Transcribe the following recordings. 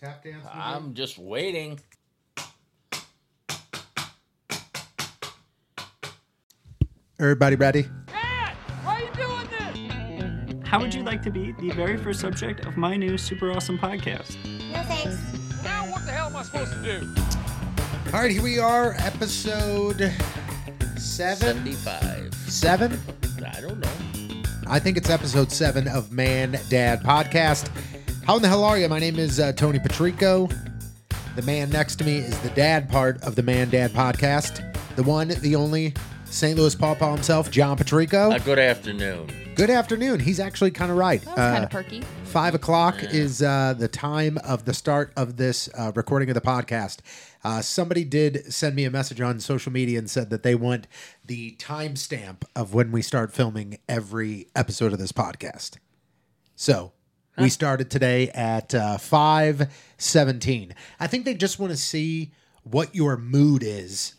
tap dance? music? I'm just waiting. Everybody ready? How would you like to be the very first subject of my new super awesome podcast? No thanks. All right, here we are, episode seven. 75. Seven? I don't know. I think it's episode seven of Man Dad Podcast. How in the hell are you? My name is uh, Tony Patrico. The man next to me is the dad part of the Man Dad Podcast. The one, the only, St. Louis Paw Paw himself, John Patrico. A good afternoon. Good afternoon. He's actually kind of right. That was kind Uh, of perky. Five o'clock is uh, the time of the start of this uh, recording of the podcast. Uh, somebody did send me a message on social media and said that they want the timestamp of when we start filming every episode of this podcast. So we started today at uh, five seventeen. I think they just want to see what your mood is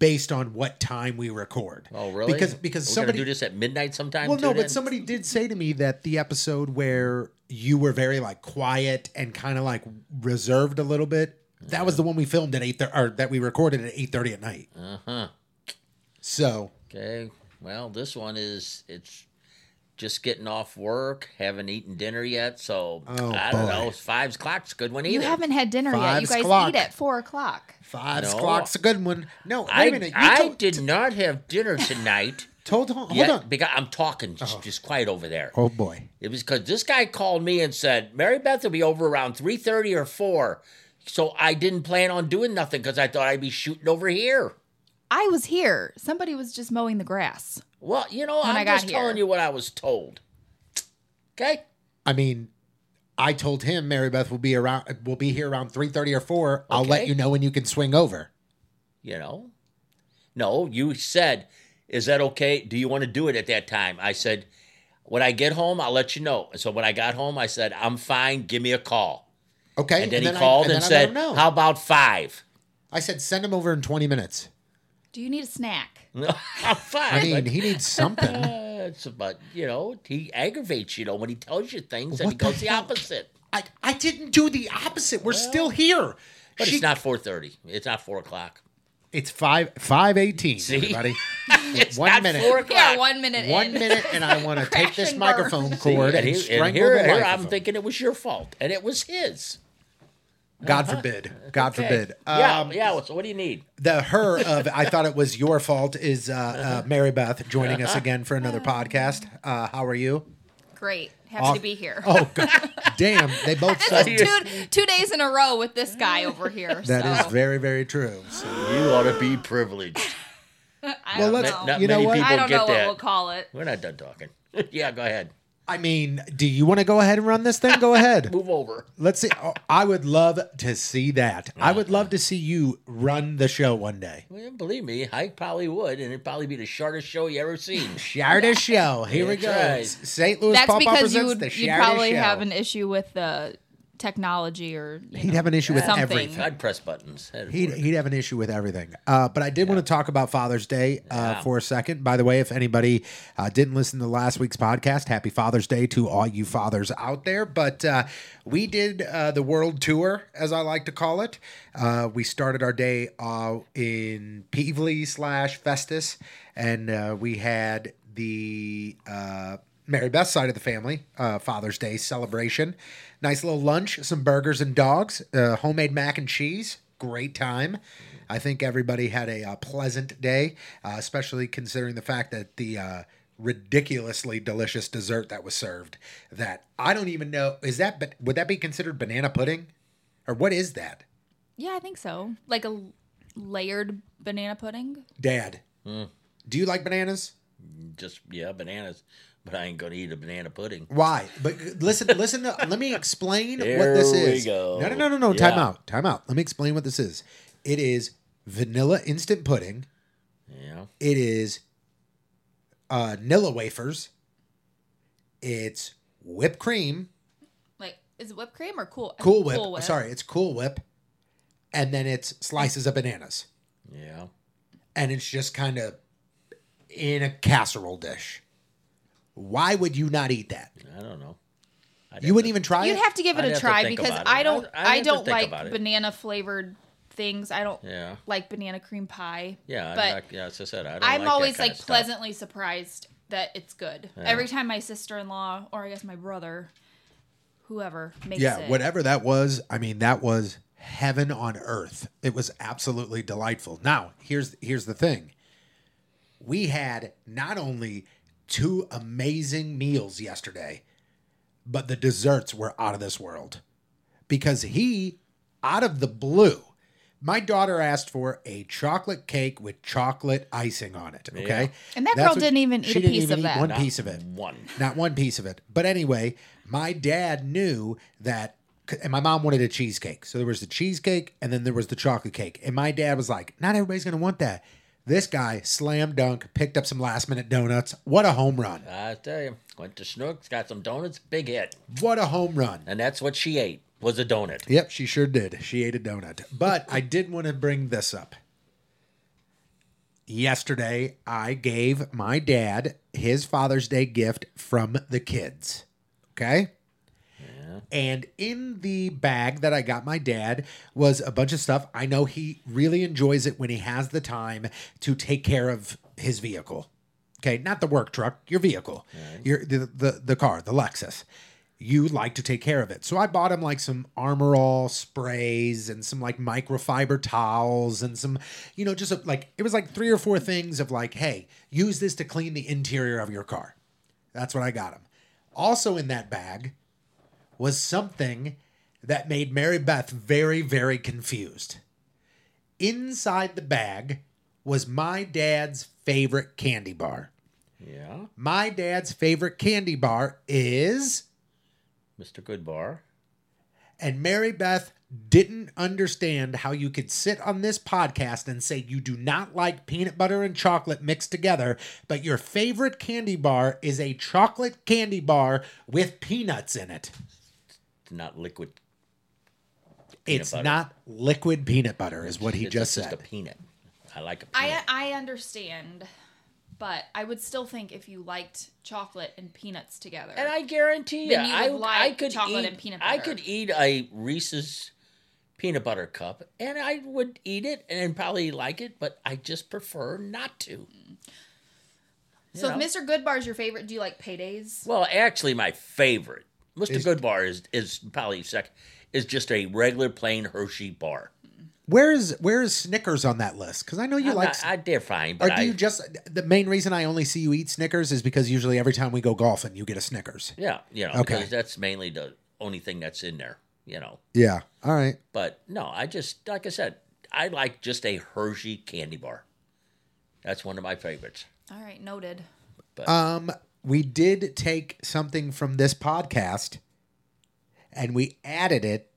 based on what time we record. Oh, really? Because because We're somebody gonna do this at midnight sometime. well, too, no, then? but somebody did say to me that the episode where you were very like quiet and kind of like reserved a little bit, that was the one we filmed at eight thirty, or that we recorded at eight thirty at night. Uh huh. Uh-huh. So Okay. Well, this one is it's just getting off work, haven't eaten dinner yet, so Oh, I don't boy. know. Five's clock's a good one either. You haven't had dinner yet. You Five's guys clock. eat at four o'clock. five No. o'clock's a good one. No, wait I, a minute. You I told, did not have dinner tonight. told hold yet on. Because I'm talking. Just, just quiet over there. Oh boy. It was because this guy called me and said Mary Beth will be over around three thirty or four, so I didn't plan on doing nothing because I thought I'd be shooting over here. I was here. Somebody was just mowing the grass. Well, you know, I'm I got just telling here. you what I was told. Okay, I mean, I told him Mary Beth will be around. Will be here around three thirty or four. I'll let Okay. you know when you can swing over. you know, no, you said, is that okay? Do you want to do it at that time? I said, when I get home, I'll let you know. And so when I got home, I said, I'm fine. Give me a call. Okay. And then he I- called and, then I let said, him know. how about five? I said, send him over in twenty minutes. Do you need a snack? Mm. I'm fine. I mean, he needs something. Uh, it's about you know he aggravates you know when he tells you things and What he goes the the hell? opposite. I, I didn't do the opposite. We're still here. But She- it's not four thirty. It's not four o'clock. It's five five eighteen. See? Everybody, It's one not minute. four We are o'clock. one minute one in. minute, and I want to take this and burn. microphone See, cord and, and, he- and strangle here, the here life of I'm him. thinking it was your fault, and it was his. God forbid. God forbid. yeah, Um, yeah. So what do you need? The her of I thought it was your fault is uh, uh, Mary Beth joining us again for another podcast. Uh, how are you? Great. Happy Off- to be here. Oh God, damn! They both said That's you- two, two days in a row with this guy over here. that so is very very true. So, You ought to be privileged. I Well, don't let's- know. Not You know many what? people I don't get know what that. we'll call it. We're not done talking. yeah, go ahead. I mean, do you want to go ahead and run this thing? Go ahead. Move over. Let's see. Oh, I would love to see that. I would love to see you run the show one day. Well, believe me, I probably would, and it'd probably be the shortest show you ever seen. Shard a show. Here we That's go. right. S- St. Louis That's Pop because you presents would the you'd Shout-A probably show. have an issue with the technology or you He'd know, have an issue with something. everything. I'd press buttons. That'd He'd, work. he'd have an issue with everything. Uh, but I did want to talk about Father's Day uh, for a second. By the way, if anybody uh, didn't listen to last week's podcast, happy Father's Day to all you fathers out there. But uh, we did uh, the world tour, as I like to call it. Uh, we started our day uh, in Peevely slash Festus, and uh, we had the. Uh, Mary Beth's side of the family, uh, Father's Day celebration. Nice little lunch, some burgers and dogs, uh, homemade mac and cheese. Great time. I think everybody had a, uh pleasant day, uh, especially considering the fact that the uh, ridiculously delicious dessert that was served. That I don't even know is that ba- would that be considered banana pudding, or what is that? Yeah, I think so. Like a layered banana pudding. Dad, do you like bananas? just yeah, bananas. But I ain't gonna eat a banana pudding. Why? But listen, listen. To, let me explain what Here this we is. go. No, no, no, no, no. Time Yeah. out. Time out. Let me explain what this is. It is vanilla instant pudding. Yeah. It is uh, Nilla wafers. It's whipped cream, Like is it whipped cream or cool? Cool Whip. Whip. Sorry, it's Cool Whip, and then it's slices of bananas, Yeah. and it's just kind of in a casserole dish. Why would you not eat that? I don't know. I You wouldn't even try You'd it? have to give it I'd a have to try think because about it. I don't. I'd- I'd I have to don't think like about it. banana flavored things. I don't Yeah. like banana cream pie. Yeah, I'm but not- yeah, as I said, I don't I'm like that always kind like of stuff. pleasantly surprised that it's good. Every time my sister in law or I guess my brother, whoever makes yeah, it. whatever that was. I mean, that was heaven on earth. It was absolutely delightful. Now, here's here's the thing. We had not only two amazing meals yesterday, but the desserts were out of this world. Because he out of the blue, my daughter asked for a chocolate cake with chocolate icing on it, okay? And that girl what- didn't even eat she a didn't piece even of eat that. One Not piece of it. One. Not one piece of it. But anyway, my dad knew that, and my mom wanted a cheesecake. So there was the cheesecake and then there was the chocolate cake. And my dad was like, not everybody's going to want that. This guy slam dunk, picked up some last minute donuts. What a home run. I tell you, went to Schnook's, got some donuts, big hit, What a home run. and that's what she ate was a donut. Yep, she sure did. She ate a donut. But I did want to bring this up. Yesterday, I gave my dad his Father's Day gift from the kids. Okay? And in the bag that I got my dad was a bunch of stuff. I know he really enjoys it when he has the time to take care of his vehicle. Okay, not the work truck, your vehicle, your the, the the car, the Lexus. You like to take care of it. So I bought him like some Armor All sprays and some like microfiber towels and some, you know, just a, like it was like three or four things of like, hey, use this to clean the interior of your car. That's what I got him. Also in that bag was something that made Mary Beth very, very confused. Inside the bag was my dad's favorite candy bar. Yeah, My dad's favorite candy bar is, Mr. Goodbar. and Mary Beth didn't understand how you could sit on this podcast and say you do not like peanut butter and chocolate mixed together, but your favorite candy bar is a chocolate candy bar with peanuts in it. It's not liquid. it's butter. not liquid peanut butter, is what he It's just just a said. peanut. I like a peanut. I I understand, but I would still think if you liked chocolate and peanuts together. and I guarantee you, Then you I, would I like could chocolate eat, and peanut I butter. could eat a Reese's peanut butter cup, and I would eat it and probably like it, but I just prefer not to. so know. if Mr. Goodbar's your favorite, do you like paydays? Well, actually, my favorite, Mr. Good Bar, is is probably second. Is just a regular plain Hershey bar. Where is where is Snickers on that list? Because I know you I'm like. not- I, they're fine, or but do I, you just the main reason I only see you eat Snickers is because usually every time we go golfing you get a Snickers. yeah, you know, Okay. because that's mainly the only thing that's in there, you know. Yeah. All right. But no, I just like I said, I like just a Hershey candy bar. That's one of my favorites. All right, noted. Um, we did take something from this podcast, and we added it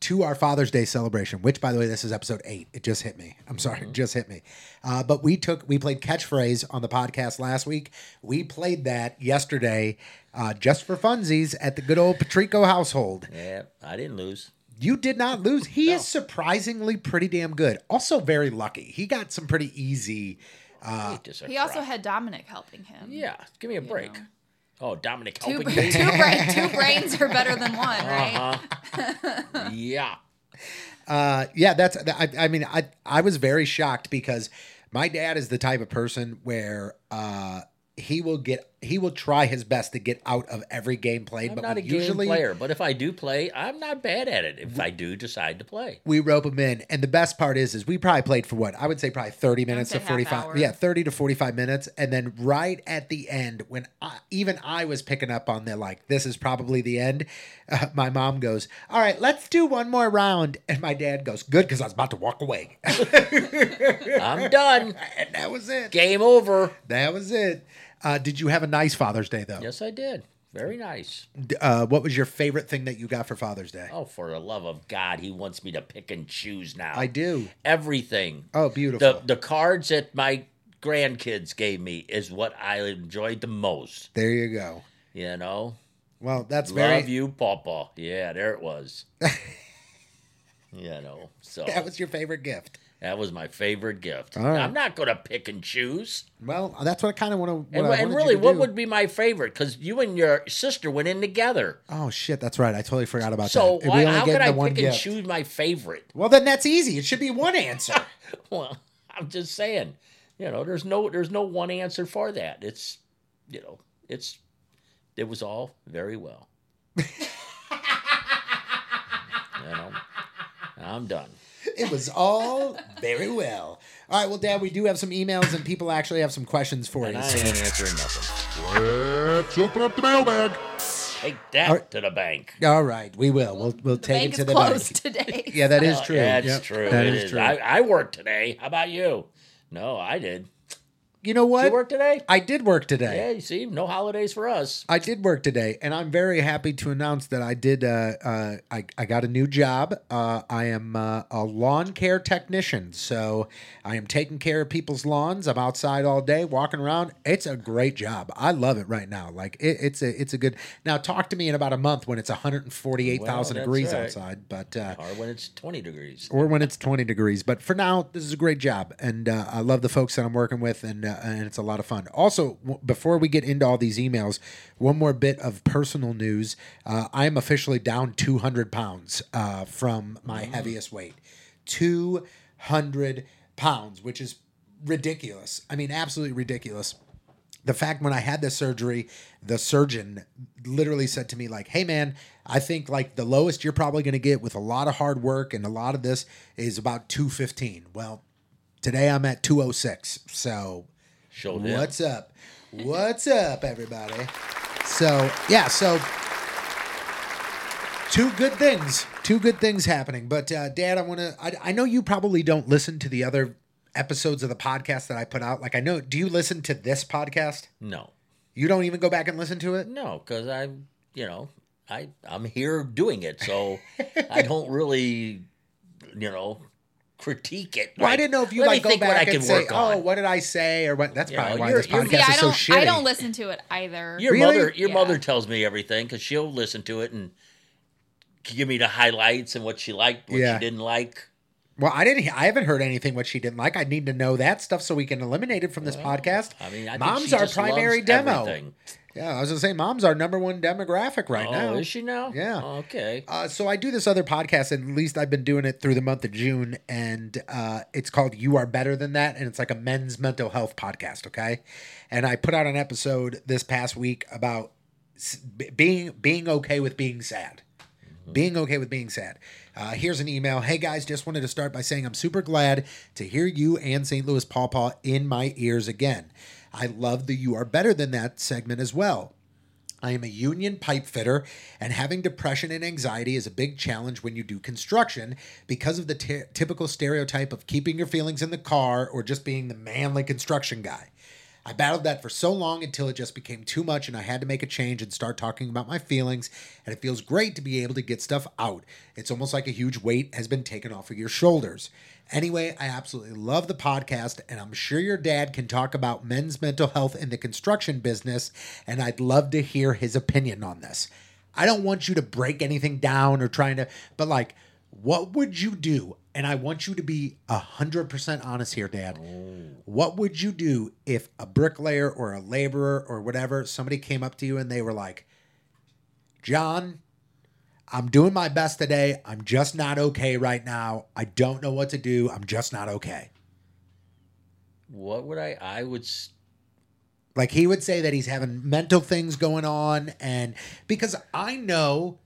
to our Father's Day celebration. Which, by the way, this is episode eight. It just hit me. I'm sorry, it just hit me. Uh, but we took we played catchphrase on the podcast last week. We played that yesterday, uh, just for funsies at the good old Patrico household. Yeah, I didn't lose. You did not lose. He is surprisingly pretty damn good. Also very lucky. He got some pretty easy. Uh, Eat this He also crap. had Dominic helping him. yeah. Give me a break. Oh, Dominic Two, helping me. two, brain, two brains are better than one, Uh-huh. right? yeah. Uh, yeah, that's. I, I mean, I I was very shocked because my dad is the type of person where uh, he will get he will try his best to get out of every game played, I'm but not a we game usually player, but if I do play, I'm not bad at it. If I do decide to play, we rope him in. And the best part is, is we probably played for what I would say probably thirty minutes say to half forty five. hour. Yeah, thirty to forty five minutes, and then right at the end, when I, even I was picking up on the like, this is probably the end. Uh, my mom goes, "All right, let's do one more round," and my dad goes, "Good," because I was about to walk away, I'm done. and that was it. Game over. That was it. Uh, did you have a nice Father's Day though? Yes, I did. Very nice. D- Uh, what was your favorite thing that you got for Father's Day? Oh, for the love of God, he wants me to pick and choose now. I do. everything. Oh, beautiful. The the cards that my grandkids gave me is what I enjoyed the most. there you go. You know, Well, that's very. love you, Papa. Yeah, there it was. you know, so That was your favorite gift. That was my favorite gift. All right. I'm not going to pick and choose. Well, that's what I kind of want to. And, and really, what would be my favorite? Because you and your sister went in together. Oh shit, that's right. I totally forgot about So that. why, only how get could I the pick one and gift. choose my favorite? Well, then that's easy. It should be one answer. Well, I'm just saying, you know, there's no there's no one answer for that. It's, you know, it's it was all very well. you know, I'm done. it was all very well. All right, well, Dad, we do have some emails, and people actually have some questions for And you. I So- ain't answering nothing. Let's open up the mailbag. Take that Are- to the bank. All right, we will. We'll we'll The take bank it to is the closed bank. today. Yeah, that is Oh, true. That's Yep, true. That It is is. true. I, I worked today. How about you? No, I did. you know Did what? you work today? I did work today. Yeah, you see, no holidays for us. I did work today, and I'm very happy to announce that I did. Uh, uh, I I got a new job. Uh, I am uh, a lawn care technician, so I am taking care of people's lawns. I'm outside all day, walking around. It's a great job. I love it right now. Like it, it's a it's a good. Now talk to me in about a month when it's 148,000 Well, that's degrees right. outside, but. Uh, Or when it's 20 degrees. or when it's 20 degrees. But for now, this is a great job, and uh, I love the folks that I'm working with, and uh, and it's a lot of fun. Also, w- before we get into all these emails, one more bit of personal news: uh, I am officially down 200 pounds uh, from my heaviest weight, 200 pounds, which is ridiculous. I mean, absolutely ridiculous the fact when I had the surgery, the surgeon literally said to me, like, hey man, I think like the lowest you're probably gonna get with a lot of hard work and a lot of this is about 215. Well, today I'm at 206. So Showed him. what's up? What's up, everybody? So yeah, so two good things two good things happening but uh, dad i want to I, I know you probably don't listen to the other episodes of the podcast that i put out like i know do you listen to this podcast No. you don't even go back and listen to it? No, because I'm, you know, I I'm here doing it, so I don't really, you know, critique it. Well, I like, didn't know if you let like me go think what I back can and say, work "Oh, on. what did I say?" or what. That's You know, probably why you're- this you're- podcast See, I is so don't. shitty. I don't listen to it either. Your Really? mother, your Yeah. mother tells me everything because she'll listen to it and give me the highlights and what she liked, what Yeah. she didn't like. Well, I didn't. I haven't heard anything what she didn't like. I need to know that stuff so we can eliminate it from this podcast. I mean, I think mom's she our just primary loves demo. everything. Yeah, I was gonna say, mom's our number one demographic right oh, now. is she now? Yeah. Okay. Uh, so I do this other podcast, and at least I've been doing it through the month of June, and uh, it's called "You Are Better Than That," and it's like a men's mental health podcast. Okay, and I put out an episode this past week about s- b- being being okay with being sad being okay with being sad. Uh, here's an email. Hey guys, just wanted to start by saying I'm super glad to hear you and St. Louis Paw Paw in my ears again. I love the You Are Better Than That segment as well. I am a union pipe fitter, and having depression and anxiety is a big challenge when you do construction because of the ty- typical stereotype of keeping your feelings in the car or just being the manly construction guy. I battled that for so long until it just became too much and I had to make a change and start talking about my feelings. And it feels great to be able to get stuff out. It's almost like a huge weight has been taken off of your shoulders. Anyway, I absolutely love the podcast, and I'm sure your dad can talk about men's mental health in the construction business, and I'd love to hear his opinion on this. I don't want you to break anything down or trying to, but like, what would you do? And I want you to be 100% honest here, Dad. What would you do if a bricklayer or a laborer or whatever, somebody came up to you and they were like, John, I'm doing my best today. I'm just not okay right now. I don't know what to do. I'm just not okay. What would I? I would. s- Like he would say that he's having mental things going on. And because I know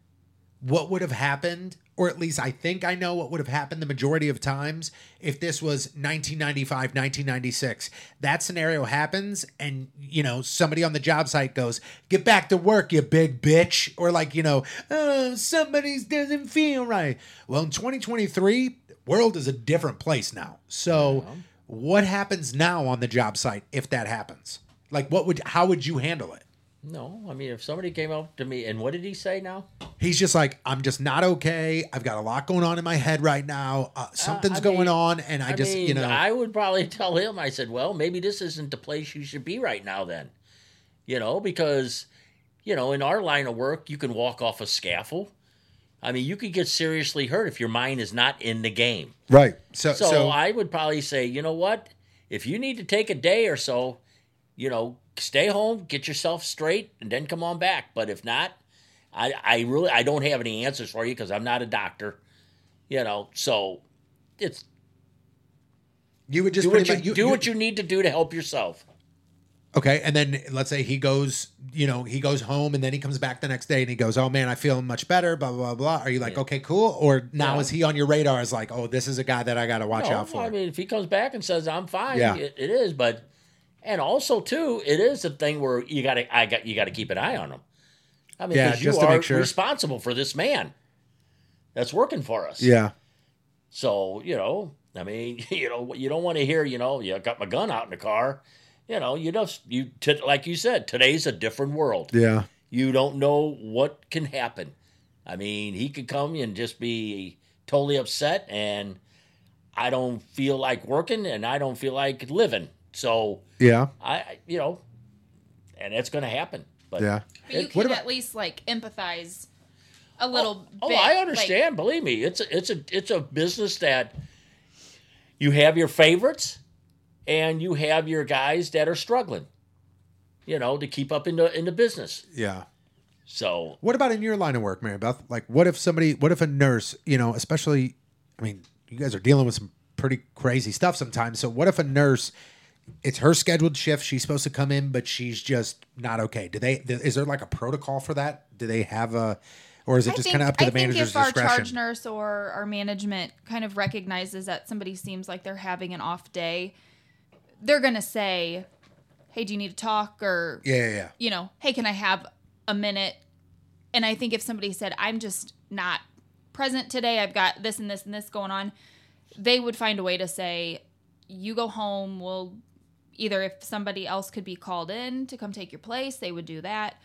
what would have happened, or at least I think I know what would have happened the majority of times if this was 1995, 1996. That scenario happens, and you know, somebody on the job site goes, Get back to work, you big bitch. Or like, you know, oh, somebody doesn't feel right. Well, in 2023, world is a different place now. So, what happens now on the job site if that happens? Like, what would, how would you handle it? No, I mean, if somebody came up to me and what did he say now? He's just like, I'm just not okay. I've got a lot going on in my head right now. Uh, something's I going mean- on, and I, I just, mean, you know, I would probably tell him. I said, "Well, maybe this isn't the place you should be right now, then." You know, because you know, in our line of work, you can walk off a scaffold. I mean, you could get seriously hurt if your mind is not in the game. Right. So, so, So, I would probably say, you know what? If you need to take a day or so, you know, stay home, get yourself straight, and then come on back. But if not, I, I really I don't have any answers for you because I'm not a doctor. You know, so it's you would just do what pretty you, much- do what you need to do to help yourself. Okay, and then let's say he goes, you know, he goes home and then he comes back the next day and he goes, "Oh man, I feel much better." Blah blah blah. blah. Are you like, okay, cool? Or now No. is he on your radar? Is like, oh, this is a guy that I got to watch No, out for. I mean, if he comes back and says I'm fine, Yeah. it, it is. But and also too, it is a thing where you got to I got you got to keep an eye on him. I mean, Yeah, because you just to make are sure. responsible for this man that's working for us. yeah, So you know, I mean, you know, you don't want to hear, you know, you got my gun out in the car. You know, you just you t- like you said, today's a different world. yeah, You don't know what can happen. I mean, he could come and just be totally upset, and I don't feel like working, and I don't feel like living. So yeah, I, I- you know, and that's going to happen. But yeah. But you It- can what about- at least like empathize a little Oh, bit. I like- understand. Believe me, it's a, it's a it's a business that you have your favorites and you have your guys that are struggling, you know, to keep up in the in the business. Yeah. So What about in your line of work, Mary Beth? Like, what if somebody, what if a nurse, you know, especially, I mean, you guys are dealing with some pretty crazy stuff sometimes. So, what if a nurse, it's her scheduled shift, she's supposed to come in, but she's just not okay? Do they, th- is there like a protocol for that? Do they have a, or is it I just think- kind of up to I the manager's think if our charge discretion? nurse or our management kind of recognizes that somebody seems like they're having an off day, they're gonna say, "Hey, do you need to talk?" Or yeah, yeah, yeah. you know, "Hey, can I have a minute?" And I think if somebody said, "I'm just not present today. I've got this and this and this going on," they would find a way to say, "You go home. We'll either if somebody else could be called in to come take your place, they would do that,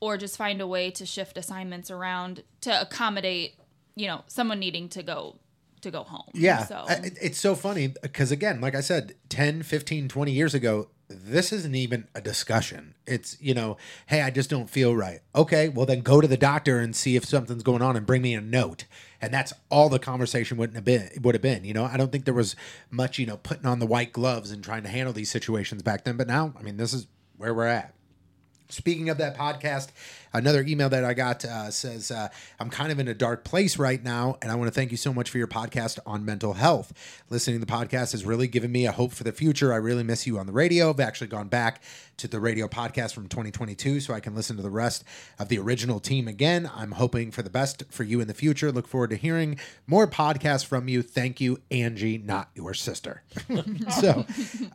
or just find a way to shift assignments around to accommodate, you know, someone needing to go to go home. Yeah. So I- it- it's so funny because, again, like I said, 10, 15, 20 years ago, this isn't even a discussion. It's, you know, hey, I just don't feel right. Okay, well, then go to the doctor and see if something's going on and bring me a note. And that's all the conversation wouldn't have been, would have been. You know, I don't think there was much, you know, putting on the white gloves and trying to handle these situations back then. But now, I mean, this is where we're at. Speaking of that podcast, another email that I got uh, says, uh, I'm kind of in a dark place right now, and I want to thank you so much for your podcast on mental health. Listening to the podcast has really given me a hope for the future. I really miss you on the radio. I've actually gone back to the radio podcast from 2022 so I can listen to the rest of the original team again. I'm hoping for the best for you in the future. Look forward to hearing more podcasts from you. Thank you, Angie, not your sister. so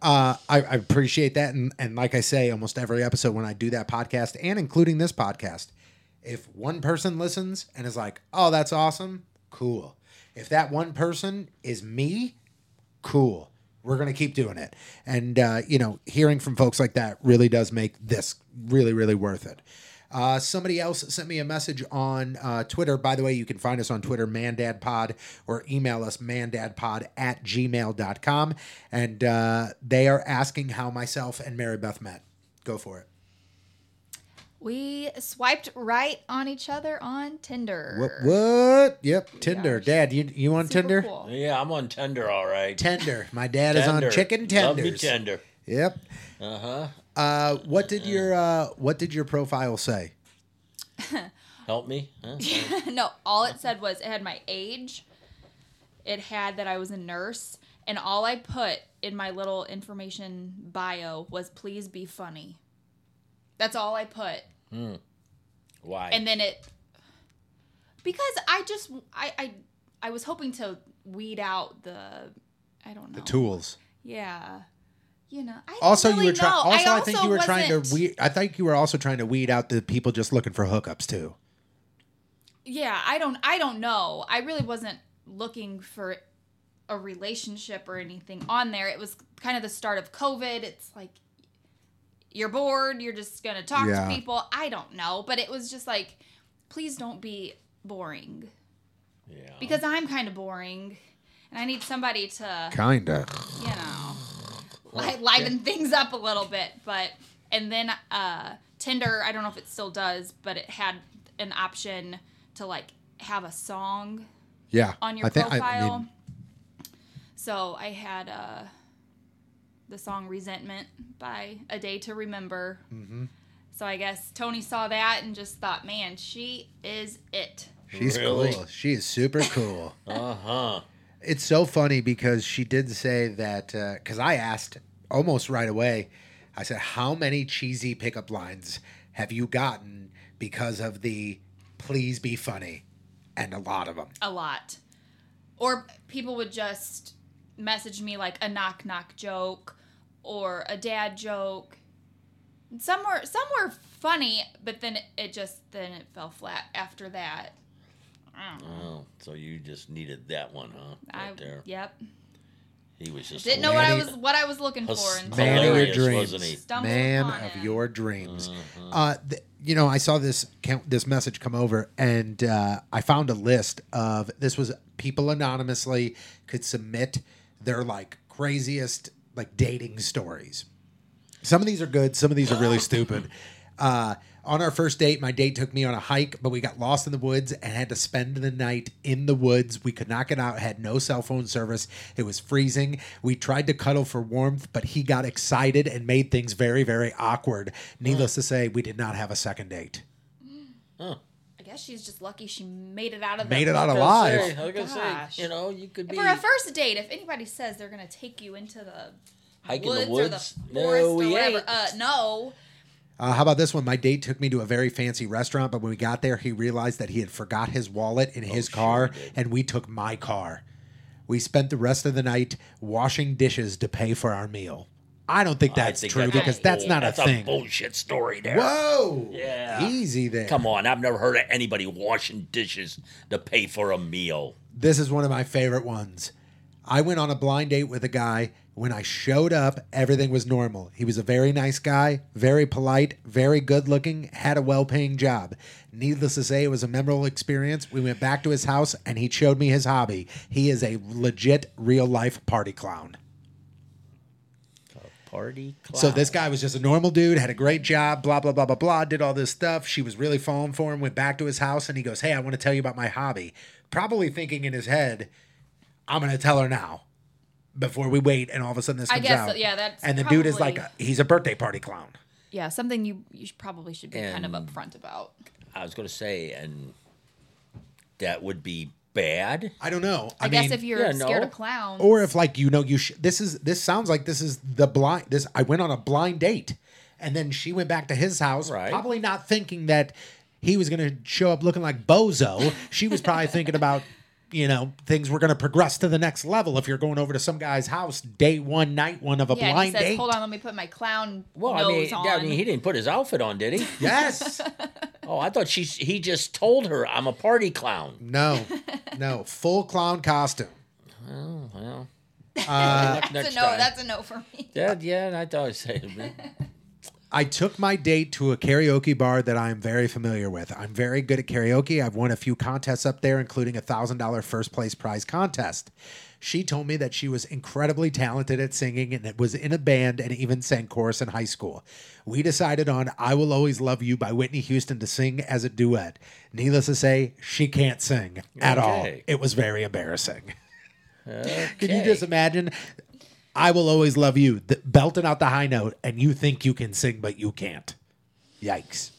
uh, I, I appreciate that. And, and like I say, almost every episode when I do that podcast and including this podcast, if one person listens and is like, oh, that's awesome, cool. If that one person is me, cool. We're going to keep doing it. And, uh, you know, hearing from folks like that really does make this really, really worth it. Uh, somebody else sent me a message on uh, Twitter. By the way, you can find us on Twitter, MandadPod, or email us, mandadpod at gmail.com. And uh, they are asking how myself and Mary Beth met. Go for it. we swiped right on each other on Tinder. What? what? Yep, Tinder. Dad, you, you on Super Tinder? cool. yeah, I'm on tender, all right. Tender. My dad is Tender. on chicken Love tenders. me tender. Yep. Uh-huh. Uh What did your uh What did your profile say? Help me. Huh? no, all it said was it had my age. It had that I was a nurse, and all I put in my little information bio was "please be funny." That's all I put, Why? and then it because I just I I, I was hoping to weed out the I don't know Tools. yeah you know I don't Also, really you were trying. know. Also, I, think you were trying to. wasn't- weed I think you were also trying to weed out the people just looking for hookups too. yeah i don't i don't know i really wasn't looking for a relationship or anything on there it was kind of the start of covid it's like you're bored you're just gonna talk Yeah. to people i don't know but it was just like please don't be boring yeah. because i'm kind of boring and i need somebody to Kinda. you know, li- liven things up a little bit. But and then uh, Tinder, I don't know if it still does, but it had an option to like have a song Yeah. on your I think- I mean, profile. so I had uh, the song "Resentment" by A Day to Remember. Mm-hmm. So I guess Tony saw that and just thought, "Man, she is it." she's Really? cool. She is super cool. Uh huh. It's so funny because she did say that because I asked almost right away. I said, "How many cheesy pickup lines have you gotten because of the please be funny?" And a lot of them. a lot. Or people would just message me like a knock knock joke or a dad joke. And Some were some were funny, but then it just then it fell flat after that. Oh, so you just needed that one, huh? Right I there. yep. He was just Didn't know what I Manny- was what I was looking for Hus- until Man of your hilarious, dreams. wasn't he? Mm-hmm. Stumbled Man upon of it. your dreams. Uh, th- you know, I saw this count, this message come over, and uh, I found a list of this was people anonymously could submit their like craziest like dating stories. Some of these are good. Some of these are really stupid. Uh, on our first date, my date took me on a hike, but we got lost in the woods and had to spend the night in the woods. We could not get out, had no cell phone service. It was freezing. We tried to cuddle for warmth, but he got excited and made things very, very awkward. Needless to say, we did not have a second date. I guess she's just lucky she made it out of Made the, it out I was gonna alive. say, I was gonna say, Gosh. you know, you could be for a first date. If anybody says they're gonna take you into the hiking woods, the woods. or the forest no, we or whatever, ain't. uh, no, Uh, how about this one? My date took me to a very fancy restaurant, but when we got there, he realized that he had forgot his wallet Oh, in his car, and we took my car. We spent the rest of the night washing dishes to pay for our meal. I don't think I that's think true because a that's bull- not that's a thing. bullshit story there. Whoa! Yeah. Easy there. Come on, I've never heard of anybody washing dishes to pay for a meal. This is one of my favorite ones. I went on a blind date with a guy. When I showed up, everything was normal. He was a very nice guy, very polite, very good looking, had a well paying job. Needless to say, it was a memorable experience. We went back to his house and he showed me his hobby. He is a legit real life party clown. Party clown. So this guy was just a normal dude, had a great job, blah blah blah blah blah, did all this stuff. She was really falling for him. Went back to his house and he goes, "Hey, I want to tell you about my hobby." Probably thinking in his head, "I'm going to tell her now." Before we wait, and all of a sudden this I comes guess, out. yeah, that's and the dude is like, probably- a, he's a birthday party clown. yeah, something you you should- probably should be kind of And- upfront about. I was gonna say, and that would be bad. I don't know. I, I, guess mean, if you're yeah, scared no. of clowns, or if like you know, you sh- this is this sounds like this is the blind. This I went on a blind date, and then she went back to his house, Right. probably not thinking that he was going to show up looking like bozo. She was probably thinking about, you know, things were going to progress to the next level if you're going over to some guy's house day one, night one of a yeah, and he blind says, date. "Hold on, let me put my clown Well, I mean, nose on." yeah, I mean, he didn't put his outfit on, did he? Yes. oh, I thought she. He just told her, "I'm a party clown." no. No. Full clown costume. Oh well. that's next a no. time. That's a no for me. Yeah, yeah. And I thought I said, I took my date to a karaoke bar that I am very familiar with. I'm very good at karaoke. I've won a few contests up there, including a $1,000 first place prize contest. She told me that she was incredibly talented at singing and it was in a band and even sang chorus in high school. We decided on I Will Always Love You by Whitney Houston to sing as a duet. Needless to say, she can't sing at all. Okay. It was very embarrassing. Can you Okay. just imagine? I will always love you, th- belting out the high note, and you think you can sing, but you can't. Yikes.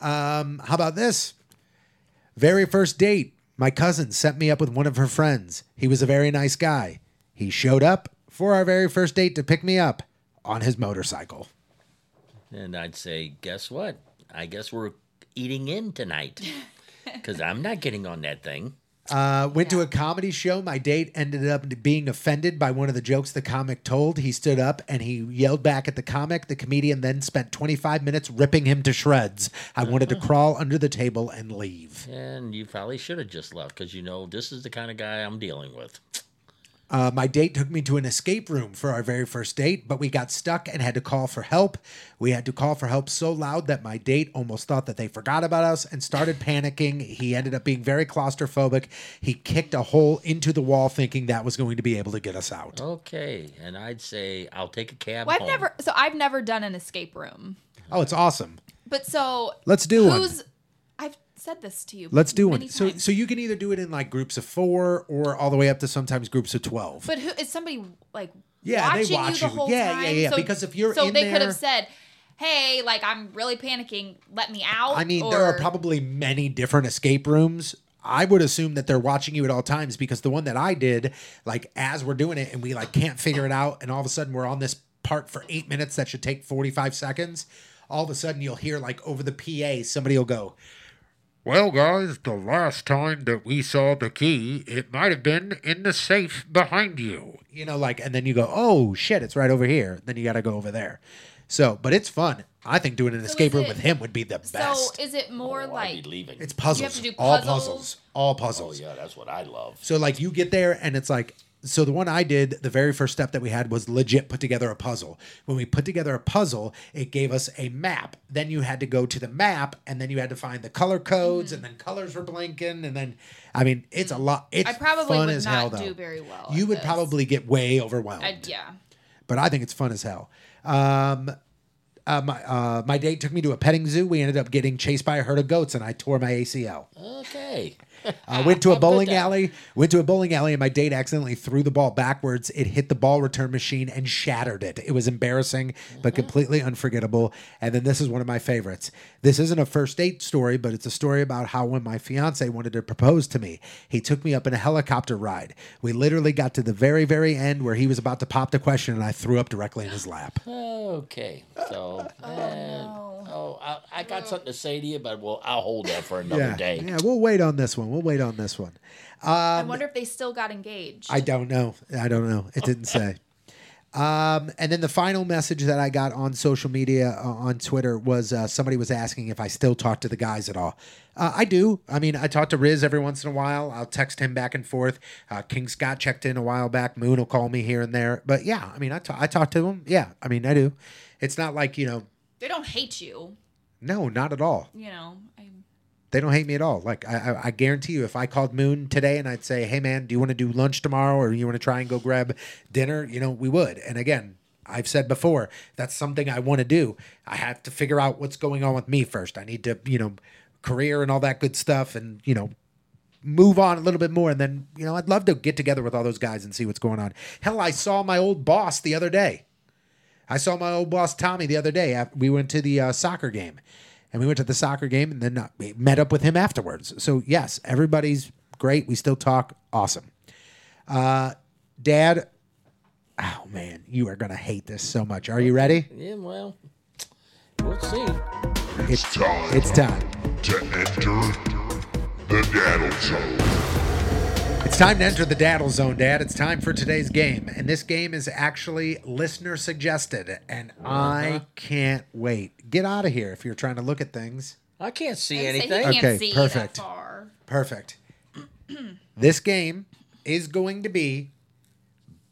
Um, how about this? Very first date, my cousin set me up with one of her friends. He was a very nice guy. He showed up for our very first date to pick me up on his motorcycle. and I'd say, "Guess what? I guess we're eating in tonight because I'm not getting on that thing." Uh, went to a comedy show. My date ended up being offended by one of the jokes the comic told. He stood up and he yelled back at the comic. The comedian then spent 25 minutes ripping him to shreds. I wanted to crawl under the table and leave. And you probably should have just left because you know this is the kind of guy I'm dealing with. Uh, my date took me to an escape room for our very first date, but we got stuck and had to call for help. We had to call for help so loud that my date almost thought that they forgot about us and started panicking. He ended up being very claustrophobic. He kicked a hole into the wall thinking that was going to be able to get us out. Okay, and I'd say I'll take a cab. Well, I've home. never. So I've never done an escape room. Oh, it's awesome. But so Let's do one. who's I've said this to you. Let's do many one. So times. so you can either do it in like groups of four or all the way up to sometimes groups of twelve. But who is somebody like Yeah, they watching watch you the you. whole Yeah, time? yeah, yeah, So, because if you're so in they could there- have said, "Hey, like I'm really panicking. Let me out." I mean, or, there are probably many different escape rooms. I would assume that they're watching you at all times because the one that I did, like as we're doing it and we like can't figure it out, and all of a sudden we're on this part for eight minutes that should take 45 seconds. All of a sudden you'll hear like over the PA, somebody will go, Well, guys, the last time that we saw the key, it might have been in the safe behind you. You know, like, and then you go, Oh shit, it's right over here. Then you got to go over there. So, but it's fun. I think doing an escape room it- with him would be the So best. is it more Oh, I'd like be leaving. It's puzzles. You have to do All puzzles. puzzles. All oh puzzles. yeah, that's what I love. So like you get there and it's like so the one I did, the very first step that we had was legit put together a puzzle. When we put together a puzzle, it gave us a map. Then you had to go to the map and then you had to find the color codes Mm-hmm. and then colors were blinking and then I mean it's a lot it's I probably fun would as not hell though. do very well You at would this. probably get way overwhelmed I, yeah. but I think it's fun as hell. Um, uh, my uh, my date took me to a petting zoo. We ended up getting chased by a herd of goats, and I tore my ACL. Okay. I went to a bowling that? alley. Went to a bowling alley, and my date accidentally threw the ball backwards. It hit the ball return machine and shattered it. It was embarrassing, but completely unforgettable. And then this is one of my favorites. This isn't a first date story, but it's a story about how when my fiance wanted to propose to me, he took me up in a helicopter ride. We literally got to the very, very end where he was about to pop the question, and I threw up directly in his lap. Okay. So. Oh, oh I, I got something to say to you, but well, I'll hold that for another day. Yeah, we'll wait on this one. We'll wait on this one. I wonder if they still got engaged. Um, I don't know. I don't know. It didn't say. Um, and then the final message that I got on social media uh, on Twitter was uh, somebody was asking if I still talk to the guys at all. Uh, I do. I mean, I talk to Riz every once in a while. I'll text him back and forth. Uh, King Scott checked in a while back. Moon will call me here and there. But yeah, I mean, I ta- I talk to him. Yeah, I mean, I do. It's not like you know. they don't hate you. No, not at all. You know. I, They don't hate me at all. Like I, I, I guarantee you, if I called Moon today and I'd say, "Hey man, do you want to do lunch tomorrow, or you want to try and go grab dinner?" You know, we would. And again, I've said before, that's something I want to do. I have to figure out what's going on with me first. I need to, you know, career and all that good stuff, and you know, move on a little bit more. And then, you know, I'd love to get together with all those guys and see what's going on. Hell, I saw my old boss the other day. I saw my old boss Tommy the other day. af- We went to the uh, soccer game, and we went to the soccer game, and then uh, we met up with him afterwards. So yes, everybody's great. We still talk. Awesome. Uh, Dad, oh man, you are gonna hate this so much. Are you ready? Yeah. Well, we'll see. It's time. It's time. To enter the daddle zone. It's time to enter the daddle zone, Dad. It's time for today's game, and this game is actually listener suggested, and I can't wait. Get out of here if you're trying to look at things. I can't see I'd say he anything. can't Okay, see perfect. That far. Perfect. this game is going to be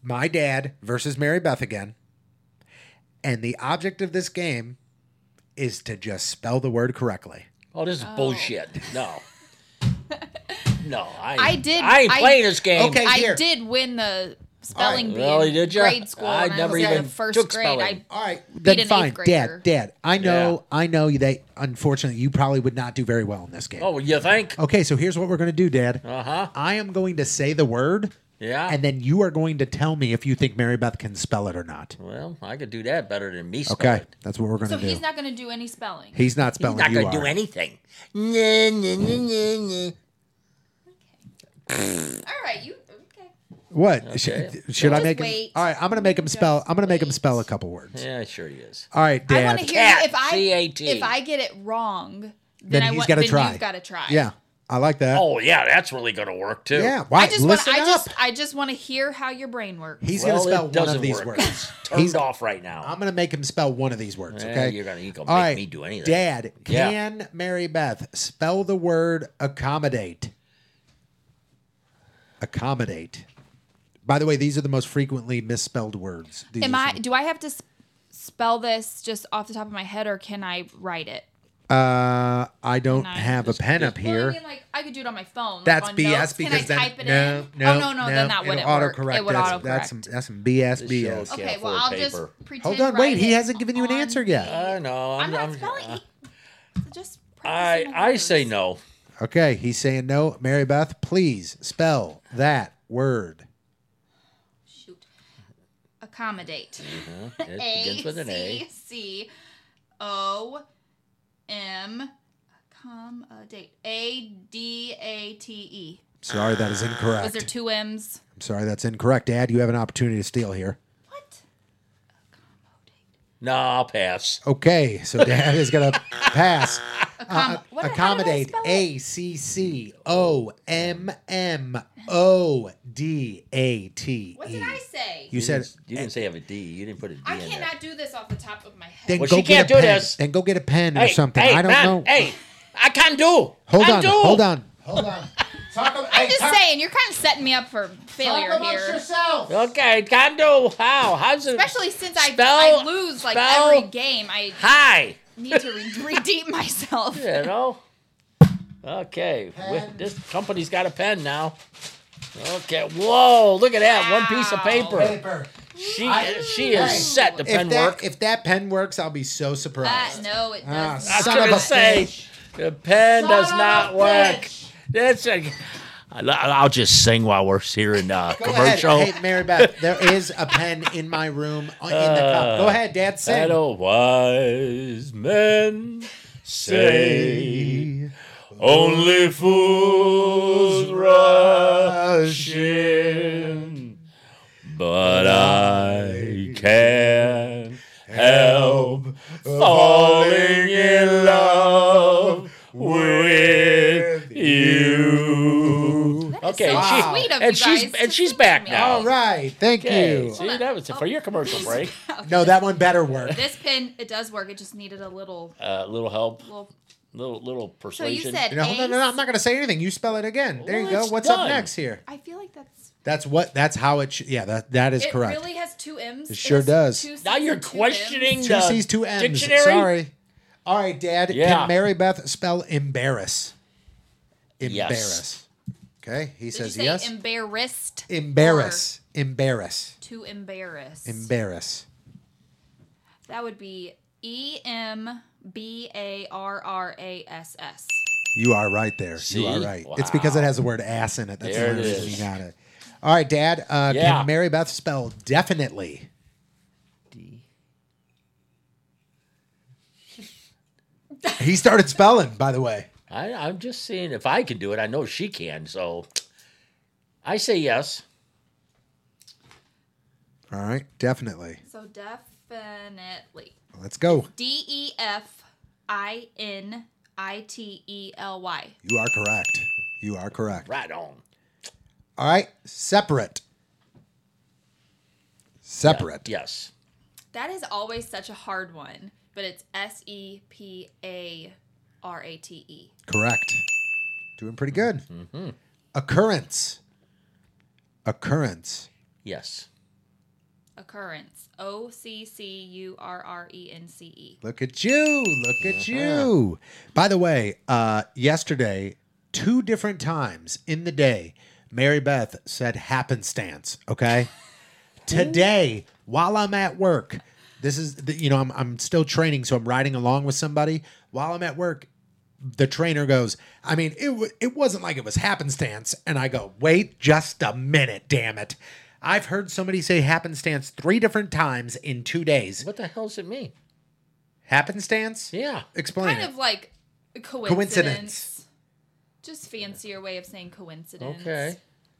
my dad versus Mary Beth again. And the object of this game is to just spell the word correctly. Oh, this is bullshit. No. no, I, I did- I ain't I- playing this game. Okay. I here. did win the spelling bee Really, in did ya? grade school. I when I never was in even the first took grade. spelling. All right, an then eighth fine, grader. Dad. Dad, I know, I know that. Unfortunately, you probably would not do very well in this game. Oh, you think? Okay, so here's what we're gonna do, Dad. Uh huh. I am going to say the word, Yeah. and then you are going to tell me if you think Mary Beth can spell it or not. well, I could do that better than me. spell Okay, it. that's what we're gonna So do. he's not going to do any spelling. He's not spelling. I'm not you gonna do are. anything. Nah, nah, nah, nah, nah. All right, you okay? What Sh- Okay. should, I Just make? him- wait. all right, I'm gonna make him spell. I'm gonna make him wait. spell a couple words. Yeah, sure he is. All right, I Dad. want to hear Cat, you. if I C-A-T. if I get it wrong, then, Then I he's want gotta then try. You've got to try. yeah, I like that. Oh yeah, that's really gonna work too. yeah. Why? I just want Listen I up. just I just want to hear how your brain works. He's Well, gonna it spell one doesn't of these work. words. It's turned He's- off right now. I'm gonna make him spell one of these words. Yeah, Okay. Eh, you're gonna, you gonna All make right, me do anything. Dad. Yeah. Can Mary Beth spell the word accommodate? Accommodate. By the way, these are the most frequently misspelled words. These Am are I some- do I have to s- spell this just off the top of my head or can I write it? Uh, I don't I have a pen up Well, I here. mean, like I could do it on my phone. like, That's on BS notes. because can I then type it no, in? no, oh no, no, then that it'll wouldn't autocorrect. work. It would that's, autocorrect. That's some that's some BS BS. shows- okay, Yeah, well for I'll paper. just pretend. Hold on, wait, write he it hasn't given you an on answer yet. the- I know. I'm Uh, I'm, not I'm- spelling. i it. Just practice I my I words. say no. Okay, he's saying no. Mary Beth, please spell that word. Shoot. Accommodate. Uh-huh. It begins with an C A. C O M accommodate. A D A T E. Sorry, that is Was there incorrect. two M's? I'm sorry, that's incorrect. Dad, you have an opportunity to steal here. What? No, I'll pass. Okay, so Dad is gonna pass. Uh, Accom- what- how did I Accommodate. spell it? A C C O M M O D A T What E. did I say? You said didn't, you didn't say have a D. You didn't put a D I in cannot do this off the top of my head. Then Well, go she get can't a do pen. this. Then go get a pen there. or something. Hey, I don't man, know. Hey, I can do. hold I on, do. hold on, hold on. Talk about, I'm just saying, you're kind of setting me up for failure here. yourself. Okay, can do. How? How's it? Especially since I, Spell- I lose like spell- every game. I Hi. need to re- redeem myself. You know. Okay, we- this company's got a pen now. Okay. Whoa! Look at that. One piece of Wow. paper. Paper. She uh, I- she is Hey, set to If pen that work. if that pen works, I'll be so Uh, surprised. no, it Ah, does. I was son of gonna a say bitch. the pen does Son of not a work. bitch. That's a, I'll, I'll just sing while we're here in uh, Go ahead. commercial. Hey, Mary Beth, there is a pen in my room uh, in the cup. Go ahead, Dad. Sing. That old wise men say only fools rush in, but I can't help falling in love with you. That is Okay, so and she- sweet of and you she's- guys and to she's think of back me. now. All right. Thank Okay, you. see, that was it for your commercial break. No, that one better work. This pin, it does work. It just needed a little, Uh, little help, little. little little So you persuasion. said No, no, no, no, I'm not going to say anything. You spell it again. There Oh, you go. Well, What's it's up done. next here? I feel like that's. That's what. That's how it. Sh- yeah, that that is it correct. really has two M's. It sure has does. two Cs now you're and two questioning Ms. two the C's, two M's. dictionary. Sorry. All right, Dad. Yeah. Can Mary Beth spell embarrass? Embarrass. Okay. He Did says you say yes. embarrassed? embarrass. Embarrass. or To embarrass. Embarrass. that would be E M B A R R A S S. You are right there. You are See? right. It's because it has the word ass in it. That's There the it only reason is. you got it. All right, Dad. Uh, Yeah. Can Mary Beth spell definitely? He started spelling, by the way. I, I'm just seeing if I can do it. I know she can, so I say yes. All right, definitely. So definitely. Let's go. D E F I N I T E L Y. You are correct. You are correct. Right on. All right, separate. Separate. Yes. That is always such a hard one, but it's S E P A R A T E. Correct. Doing pretty good. Occurrence. Occurrence. Yes. Occurrence. O C C U R R E N C E. Look at you. Look at you. By the way, uh, yesterday, two different times in the day, Mary Beth said happenstance. Okay. Today, while I'm at work, this is, the, you know, I'm, I'm still training, so I'm riding along with somebody. While I'm at work, the trainer goes, I mean, it, w- it wasn't like it was happenstance. And I go, wait just a minute, damn it. I've heard somebody say happenstance three different times in two days. What the hell does it mean? Happenstance? Yeah. Explain Kind it. of like coincidence. Coincidence. Just fancier way of saying coincidence. Okay.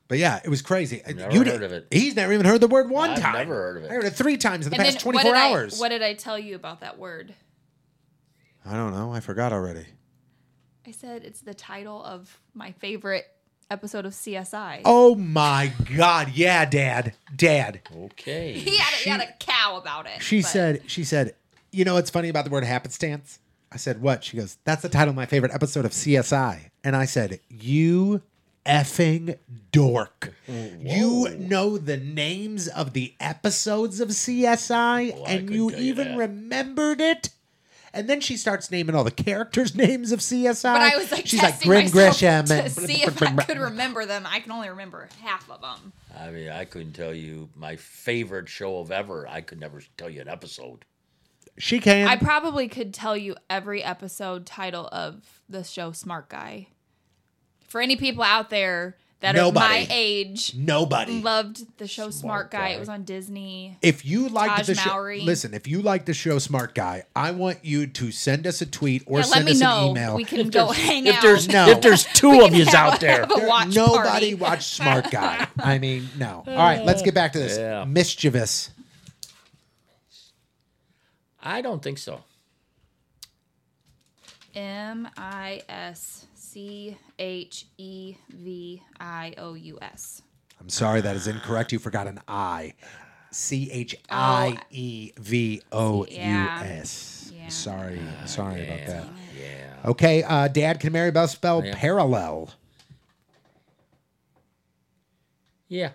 but yeah, it was crazy. Never you heard didn't- of it. He's never even heard the word one I've time. never heard of it. I heard it three times in the And then past what 24 did hours. I, what did I tell you about that word? I don't know. I forgot already. I said it's the title of my favorite episode of CSI. Oh my God. Yeah, Dad. Dad. Okay. He had a, he had a cow about it. She but- said, she said, you know what's funny about the word happenstance? I said, what? She goes, that's the title of my favorite episode of CSI. And I said, you effing dork. You know the names of the episodes of CSI Well, I and couldn't you tell you even that. remembered it? And then she starts naming all the characters' names of CSI. But I was like, she's like testing Grim myself Grisham to and see if I could remember them. I can only remember half of them. I mean, I couldn't tell you my favorite show of ever. I could never tell you an episode. she can. I probably could tell you every episode title of the show Smart Guy. for any people out there that are Nobody. my age, Nobody. loved the show Smart Smart, Guy. Guy. It was on Disney. If you like Taj the show, Mowry. listen. If you like the show, Smart Guy, I want you to send us a tweet or yeah, let send me us know. an email. We can go hang if out. there's No. if there's two We of can yous have- out there, have a watch Nobody party. watched Smart Guy. I mean, no. All right, let's get back to this Yeah. mischievous. I don't think so. M I S C H E V I O U S. I'm sorry, that is incorrect. You forgot an I. C H I E V O U S. Oh, Yeah. Sorry, sorry about that. Yeah. Okay, uh, Dad, can Mary Bell spell parallel? Yeah.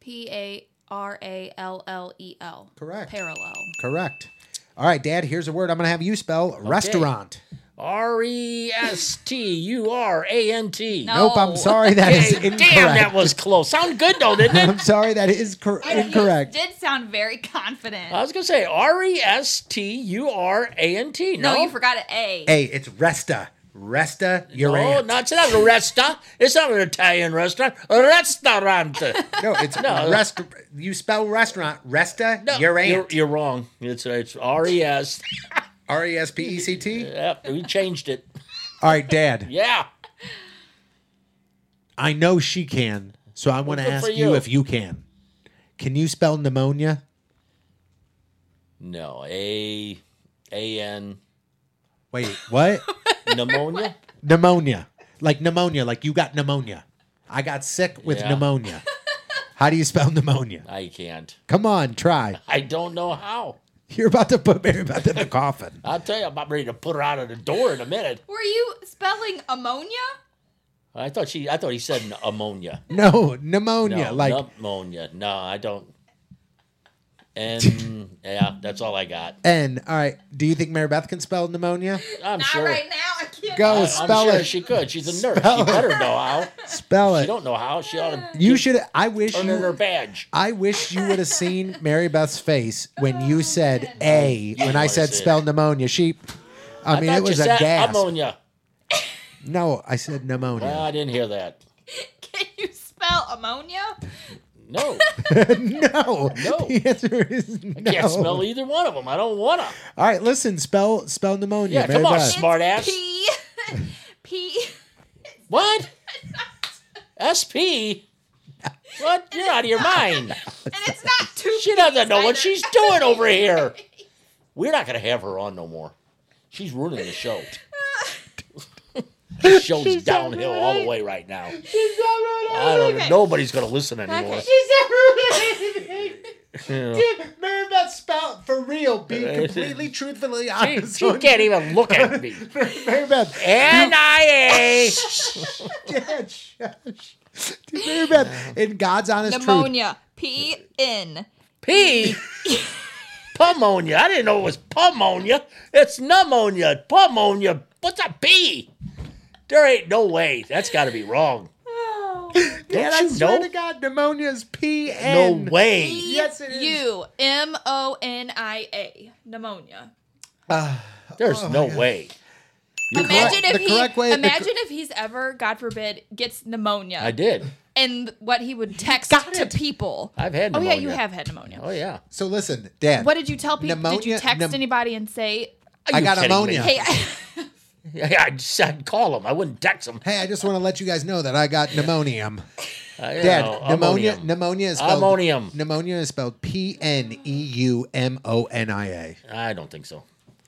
P A R A L L E L. Correct. Parallel. Correct. All right, Dad. Here's a word I'm going to have you spell: restaurant. R E S T U R A N T. No. Nope, I'm sorry, that is Oh. Hey, incorrect. Damn, that was close. Sound good though, didn't it? I'm sorry, that is cor- incorrect. You did sound very confident. I was gonna say R E S T U R A N T. No, no, you forgot an A. Hey, it's Resta. Resta your Oh, aunt. no, it's not a restaurant. It's not an Italian restaurant. A restaurant. No, it's rest. You spell restaurant Resta No, your You're, aunt. you're wrong. It's it's R E S. R e s p e c t. Yep, we changed it. All right, Dad. Yeah. I know she can, so I want to Well, good ask for you you. if you can. Can you spell pneumonia? No, A A N Wait, what? pneumonia. pneumonia, like pneumonia, like you got pneumonia. I got sick with Yeah. pneumonia. How do you spell pneumonia? I can't. Come on, try. I don't know how. You're about to put Mary Beth in the coffin. I'll tell you, I'm about ready to put her out of the door in a minute. Were you spelling ammonia? I thought she. I thought he said ammonia. No, pneumonia. No, like pneumonia. No, I don't. And yeah, that's all I got. N. All right. Do you think Mary Beth can spell pneumonia? I'm Not sure. right now. I can't. Go. I- Spell I'm sure it. she could. She's a nurse. Spell she it. better know how. Spell She it. don't know how. She ought to You should. I wish turn in her you. badge. I wish you would have seen Mary Beth's face when you said A when I wanna said see it. spell pneumonia. She. I, mean, thought it was you a said gasp. Ammonia. No, I said Well, pneumonia. I didn't hear that. Can you spell ammonia? No, no, No. The answer is no. can't spell either one of them. I don't wanna. All right, listen. Spell spell pneumonia. Yeah, Mary come on, Beth. smart ass. P. P. What? SP. What? You're out of your mind. And it's not two. She doesn't know what either. she's doing over here. We're not gonna have her on no more. She's ruining the show. the show's downhill all the way right now. I don't. Okay. Nobody's gonna listen anymore. Okay. Mary Beth, spell for real. Be completely truthfully She, honest. she can't even look at me. Mary Beth. NIA. Yeah, shush. Dude, Mary Beth, in God's honest truth, Pneumonia. P. N. P. Pneumonia. I didn't know it was pneumonia. It's pneumonia. Pneumonia. What's a P? There ain't no way. That's got to be wrong. man, I you swear know? to God, pneumonia is P No N. way. Yes, it is. U M O N I A. Pneumonia. There's Oh, no way. Imagine correct. if The he correct way- the imagine if he's ever, God forbid, gets pneumonia. I did. And what he would text Got to it. people. I've had Oh yeah, you pneumonia. have had pneumonia. Oh yeah. So listen, Dad. What did you tell people? did you Pneumonia- text pneum- anybody and say, Are I you got kidding ammonia. me? "Hey, I, Yeah, I'd, s- I'd call him. I wouldn't text him. Hey, I just want to let you guys know that I got pneumonium. I, you Dad, know, pneumonia. ammonium. Pneumonia is spelled. Ammonium. Pneumonia is spelled P N E U M O N I A. I don't think so.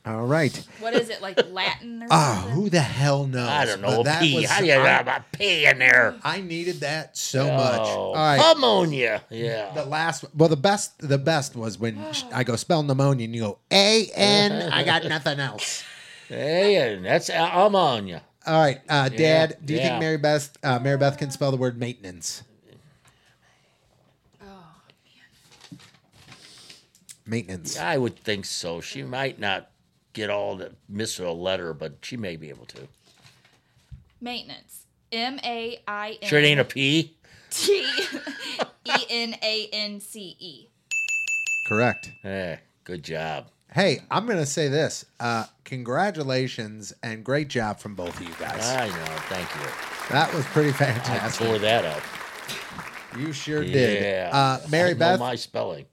All right. what is it like Latin or Ah, something?" who the hell knows? I don't know. But A that P. was- How do you I, have a P in there? I needed that so much. All Oh, right. Pneumonia. Yeah. The last, well, the best, the best was when sh- I go spell pneumonia and you go A N. I got nothing else. Hey, and that's uh, a- ammonia. All right, uh, Dad. do you yeah. think Mary Beth, uh, Mary Beth can spell the word maintenance? Maintenance. I would think so. She might not get all the miss a letter, but she may be able to. Maintenance. M A I Sure, it ain't N E. a P. T E N A N C E. Correct. Eh, good job. Hey, I'm gonna say this. Uh, congratulations and great job from both of you guys. I know. Thank you. That was pretty I fantastic. tore that up. You sure did. Yeah. Uh, Mary I know Beth, my spelling.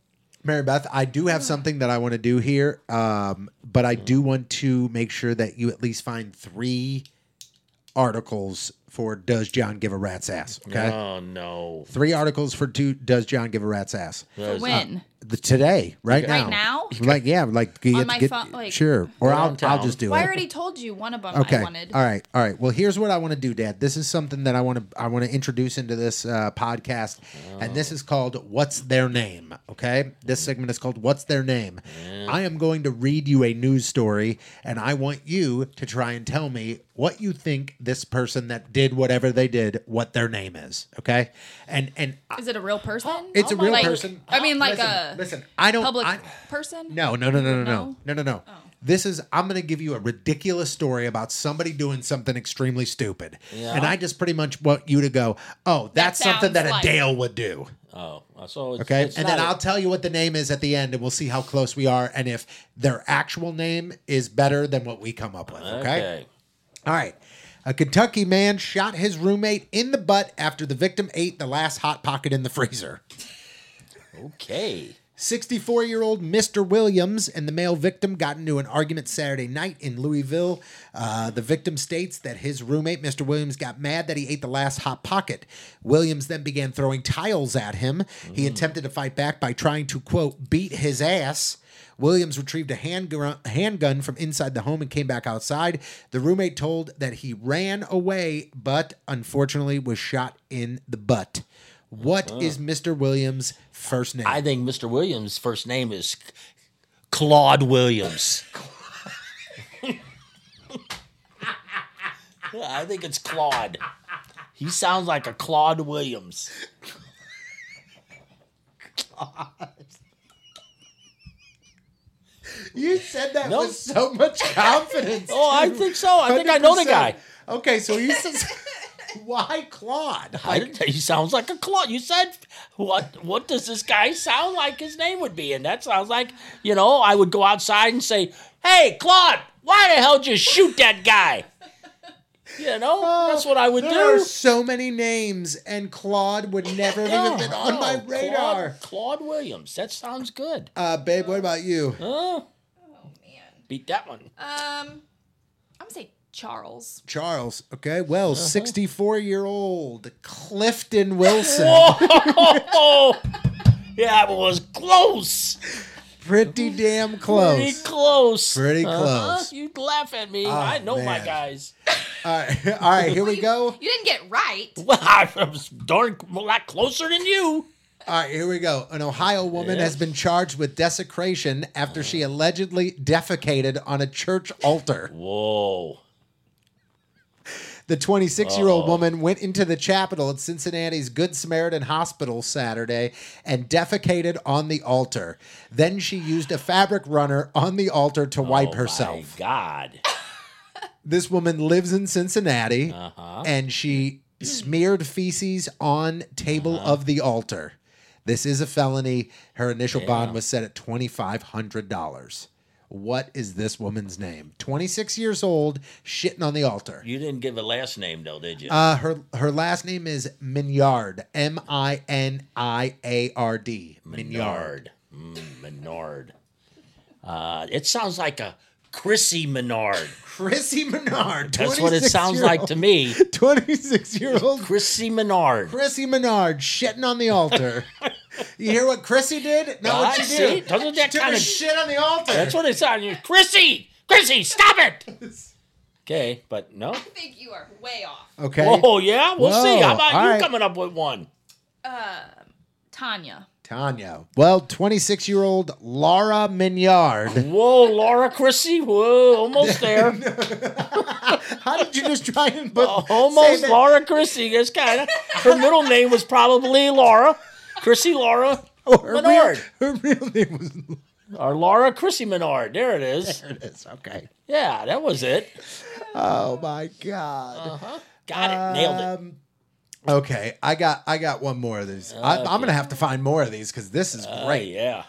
Mary Beth, I do have something that I want to do here, um, but I do want to make sure that you at least find three articles for "Does John Give a Rat's Ass?" Okay, Oh no. three articles for do, "Does John Give a Rat's Ass?" Those- When? The, today, right now, Right now? like yeah, like you On have to my get- phone, like- sure, or I'll, I'll Downtown. just do Well, I it. already told you one of them Okay. I wanted. All right. All right. Well, here's what I want to do, Dad. This is something that I want to I want to introduce into this uh, podcast, and this is called "What's Their Name." Okay. This segment is called "What's Their Name." I am going to read you a news story, and I want you to try and tell me what you think this person that did whatever they did, what their name is. Okay. And and I- Is it a real person? it's a Oh my- real like- person. I mean, like listen, a listen. I don't. public I- person? no, no, no, no, no, no, No? Oh. no, no, no. This is I'm going to give you a ridiculous story about somebody doing something extremely stupid, and I just pretty much want you to go, "Oh, that's something sounds that a like- Dale would do." Oh, so it's, Okay, it's and then not a- I'll tell you what the name is at the end, and we'll see how close we are, and if their actual name is better than what we come up with. okay. okay. All right. A Kentucky man shot his roommate in the butt after the victim ate the last hot pocket in the freezer. Okay. 64 year old Mr. Williams and the male victim got into an argument Saturday night in Louisville. Uh, the victim states that his roommate, Mr. Williams, got mad that he ate the last Hot Pocket. Williams then began throwing tiles at him. He attempted to fight back by trying to, quote, beat his ass. Williams retrieved a handgun, handgun from inside the home and came back outside. The roommate told that he ran away, but unfortunately was shot in the butt. What is Mr. Williams' first name? I think Mr. Williams' first name is Claude Williams. I think it's Claude. He sounds like a Claude Williams. You said that No. with so much confidence. Oh, I dude. think so. I think I know the guy. 100%. Okay, so you says why Claude? I didn't, he sounds like a Claude. You said what? What does this guy sound like? His name would be, and that sounds like you know. I would go outside and say, "Hey, Claude, why the hell did you shoot that guy?" You know, that's what I would there are do. so many names, and Claude would never have even been on my Oh, Claude- radar. Claude, Williams. That sounds good. Uh, babe, what about you? Huh? Oh, man. Beat that one. Um, I'm going to say Charles. Charles. Okay, well, Uh-huh. 64 year old Clifton Wilson. Oh, yeah, it was close. Pretty damn Pretty close. close. Pretty Uh-huh. close. Ah, You laugh at me. I know my man. guys. All right, all right, here we go. You didn't get right. Well, I was darn a lot closer than you. All right, here we go. An Ohio woman Yeah. has been charged with desecration after she allegedly defecated on a church altar. Whoa. The 26 year old woman went into the chapel at Cincinnati's Good Samaritan Hospital Saturday and defecated on the altar. Then she used a fabric runner on the altar to wipe herself. Oh My God. This woman lives in Cincinnati Uh-huh. and she smeared feces on table Uh-huh. of the altar. This is a felony. Her initial bond was set at $2500. What is this woman's name? 26 years old, shitting on the altar. You didn't give a last name though, did you? Uh, her her last name is Mignard. M I N I A R D. Mignard. Menard. Mm, Menard. Uh, it sounds like a Chrissy Menard. Chrissy Menard. That's what it sounds like to me. Twenty six year old Chrissy Menard. Chrissy Menard shitting on the altar. you hear what Chrissy did? Not what she I see. did. Doesn't that Took her kind of shit on the altar. That's what it sounded. Chrissy, Chrissy, stop it. Okay, but no. I think you are way off. okay. Oh yeah, we'll see. Whoa, How about all you right. coming up with one? Tanya. Tanya. Well, twenty six year old Laura Mignard. Whoa, Laura Chrissy. Whoa, almost there. How did you just try and put say almost that- Laura Chrissy. It's kind of her middle name was probably Laura Chrissy Laura Oh, Her real- Menard Her real name was. or Laura Chrissy Menard. There it is. There it is. Okay. Yeah, that was it. Oh my god. Uh. Got it. Nailed it. Um, okay, I got I got one more of these. I, I'm gonna have to find more of these because this is Uh, great. yeah.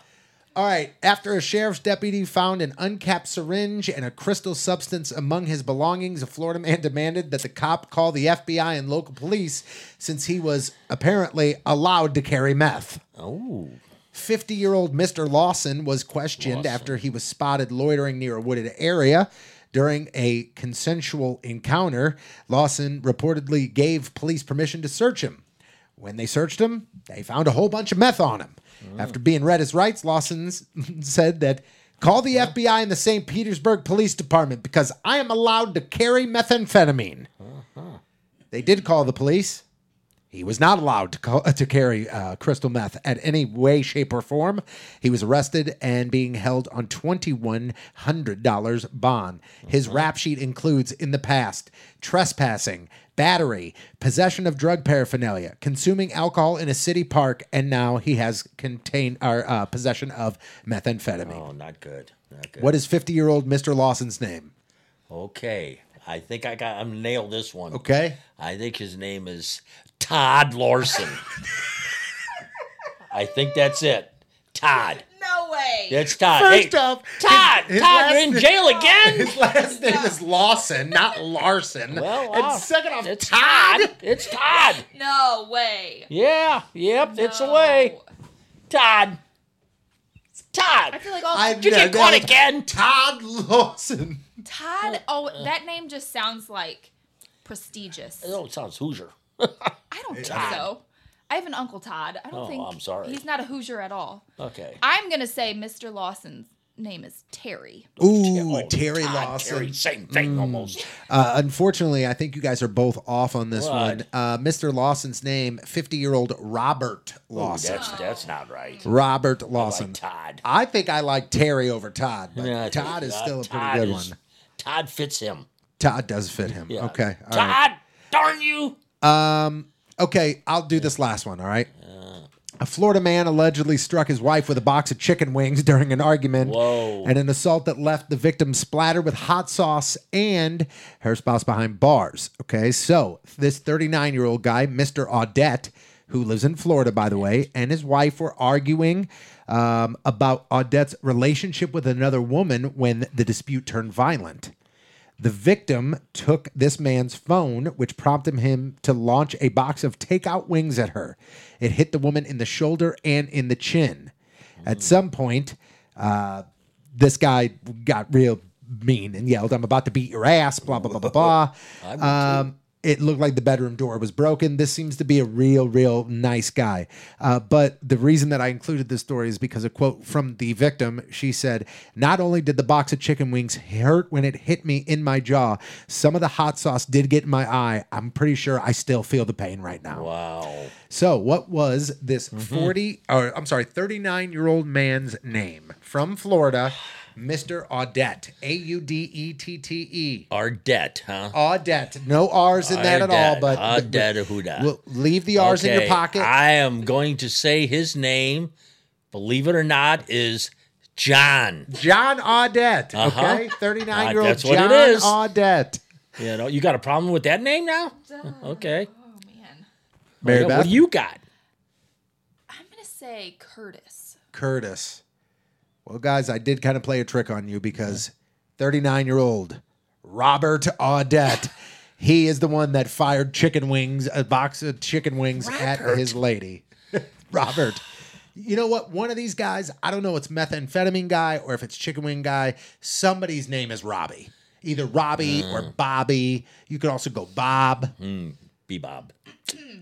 All right. After a sheriff's deputy found an uncapped syringe and a crystal substance among his belongings, a Florida man demanded that the cop call the FBI and local police since he was apparently allowed to carry meth. Oh. 50 year old Mr. Lawson was questioned after he was spotted loitering near a wooded area. During a consensual encounter, Lawson reportedly gave police permission to search him. When they searched him, they found a whole bunch of meth on him. After being read his rights, Lawson s- said that call the FBI and the St. Petersburg Police Department because I am allowed to carry methamphetamine. They did call the police. He was not allowed to, call, to carry uh, crystal meth at any way, shape, or form. He was arrested and being held on $2,100 bond. Uh-huh. His rap sheet includes in the past trespassing, battery, possession of drug paraphernalia, consuming alcohol in a city park, and now he has contained or uh, possession of methamphetamine. Oh, not good. Not good. What is 50 year old Mr. Lawson's name? Okay. I think I got. I'm nailed this one. Okay. I think his name is Todd Larson. I think that's it. Todd. No way. That's Todd. First hey, off, Todd. his- his Todd, you're last in name- jail again. His last name is Lawson, not Larson. Well, and wow. second off, It's Todd. Todd. It's Todd. No way. Yeah. Yep. It's away. Todd. It's I Todd. feel like all I- Did you Yeah, get caught that- again? Todd Lawson. Todd. Oh, that name just sounds like prestigious. Oh, it sounds Hoosier. I don't think so. I have an uncle Todd. I don't Oh, think. I'm sorry. He's not a Hoosier at all. Okay. I'm gonna say Mr. Lawson's name is Terry. Ooh, Oh, Terry Todd, Lawson. Terry, same thing almost. Uh, unfortunately, I think you guys are both off on this What? one. Uh, Mr. Lawson's name, 50 year old Robert Ooh, Lawson. that's that's not right. Robert Like Lawson. Todd. I think I like Terry over Todd, but Yeah, I think- Todd is uh, still a pretty Todd good is- one. Todd fits him. Todd does fit him. Yeah. Okay. all Todd, right. darn you. Um, okay, I'll do this last one, all right? A Florida man allegedly struck his wife with a box of chicken wings during an argument Whoa. and an assault that left the victim splattered with hot sauce and her spouse behind bars. Okay, so this 39 year old guy, Mr. Audette, who lives in Florida, by the way, and his wife were arguing um, about Audette's relationship with another woman when the dispute turned violent. The victim took this man's phone, which prompted him to launch a box of takeout wings at her. It hit the woman in the shoulder and in the chin. At some point, uh, this guy got real mean and yelled, I'm about to beat your ass, blah, blah, blah, blah, blah. Um, it looked like the bedroom door was broken. This seems to be a real, real nice guy. Uh, but the reason that I included this story is because a quote from the victim she said, Not only did the box of chicken wings hurt when it hit me in my jaw, some of the hot sauce did get in my eye. I'm pretty sure I still feel the pain right now. Wow. So, what was this Mm-hmm. 40 or I'm sorry, 39 year old man's name from Florida, Mr. Audette? A U D E T T E. Our debt, huh? Audette. No R's in that at all, Audette. but. but- but- Audette Huda. We'll leave the R's in your Okay, pocket. I am going to say his name, believe it or not, is John. John Audette. Uh-huh. Okay. 39 year Uh, old that's what it John is. Audette. You know, you got a problem with that name now? Okay. Oh man, Mary Yeah, Beth What do you got? I'm gonna say Curtis. Curtis. Well, guys, I did kind of play a trick on you because 39 year old Robert Audette. He is the one that fired chicken wings, a box of chicken wings at his lady. Robert. You know what? One of these guys, I don't know, it's methamphetamine guy or if it's chicken wing guy. Somebody's name is Robbie. Either Robbie or Bobby. You could also go Bob. Bebob.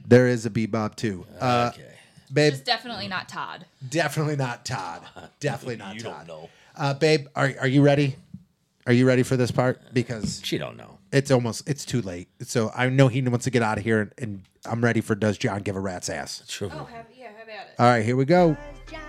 There is a Bebop too. Uh, Okay. babe, It's definitely not Todd. definitely not Todd. Definitely not you Todd. don't know. Uh, babe, are are you ready? Are you ready for this part? Because She don't know. it's almost it's too late. So I know he wants to get out of here, and, and I'm ready for does John give a rat's ass? True. Oh, have, yeah, how about it? All right, here we go. John,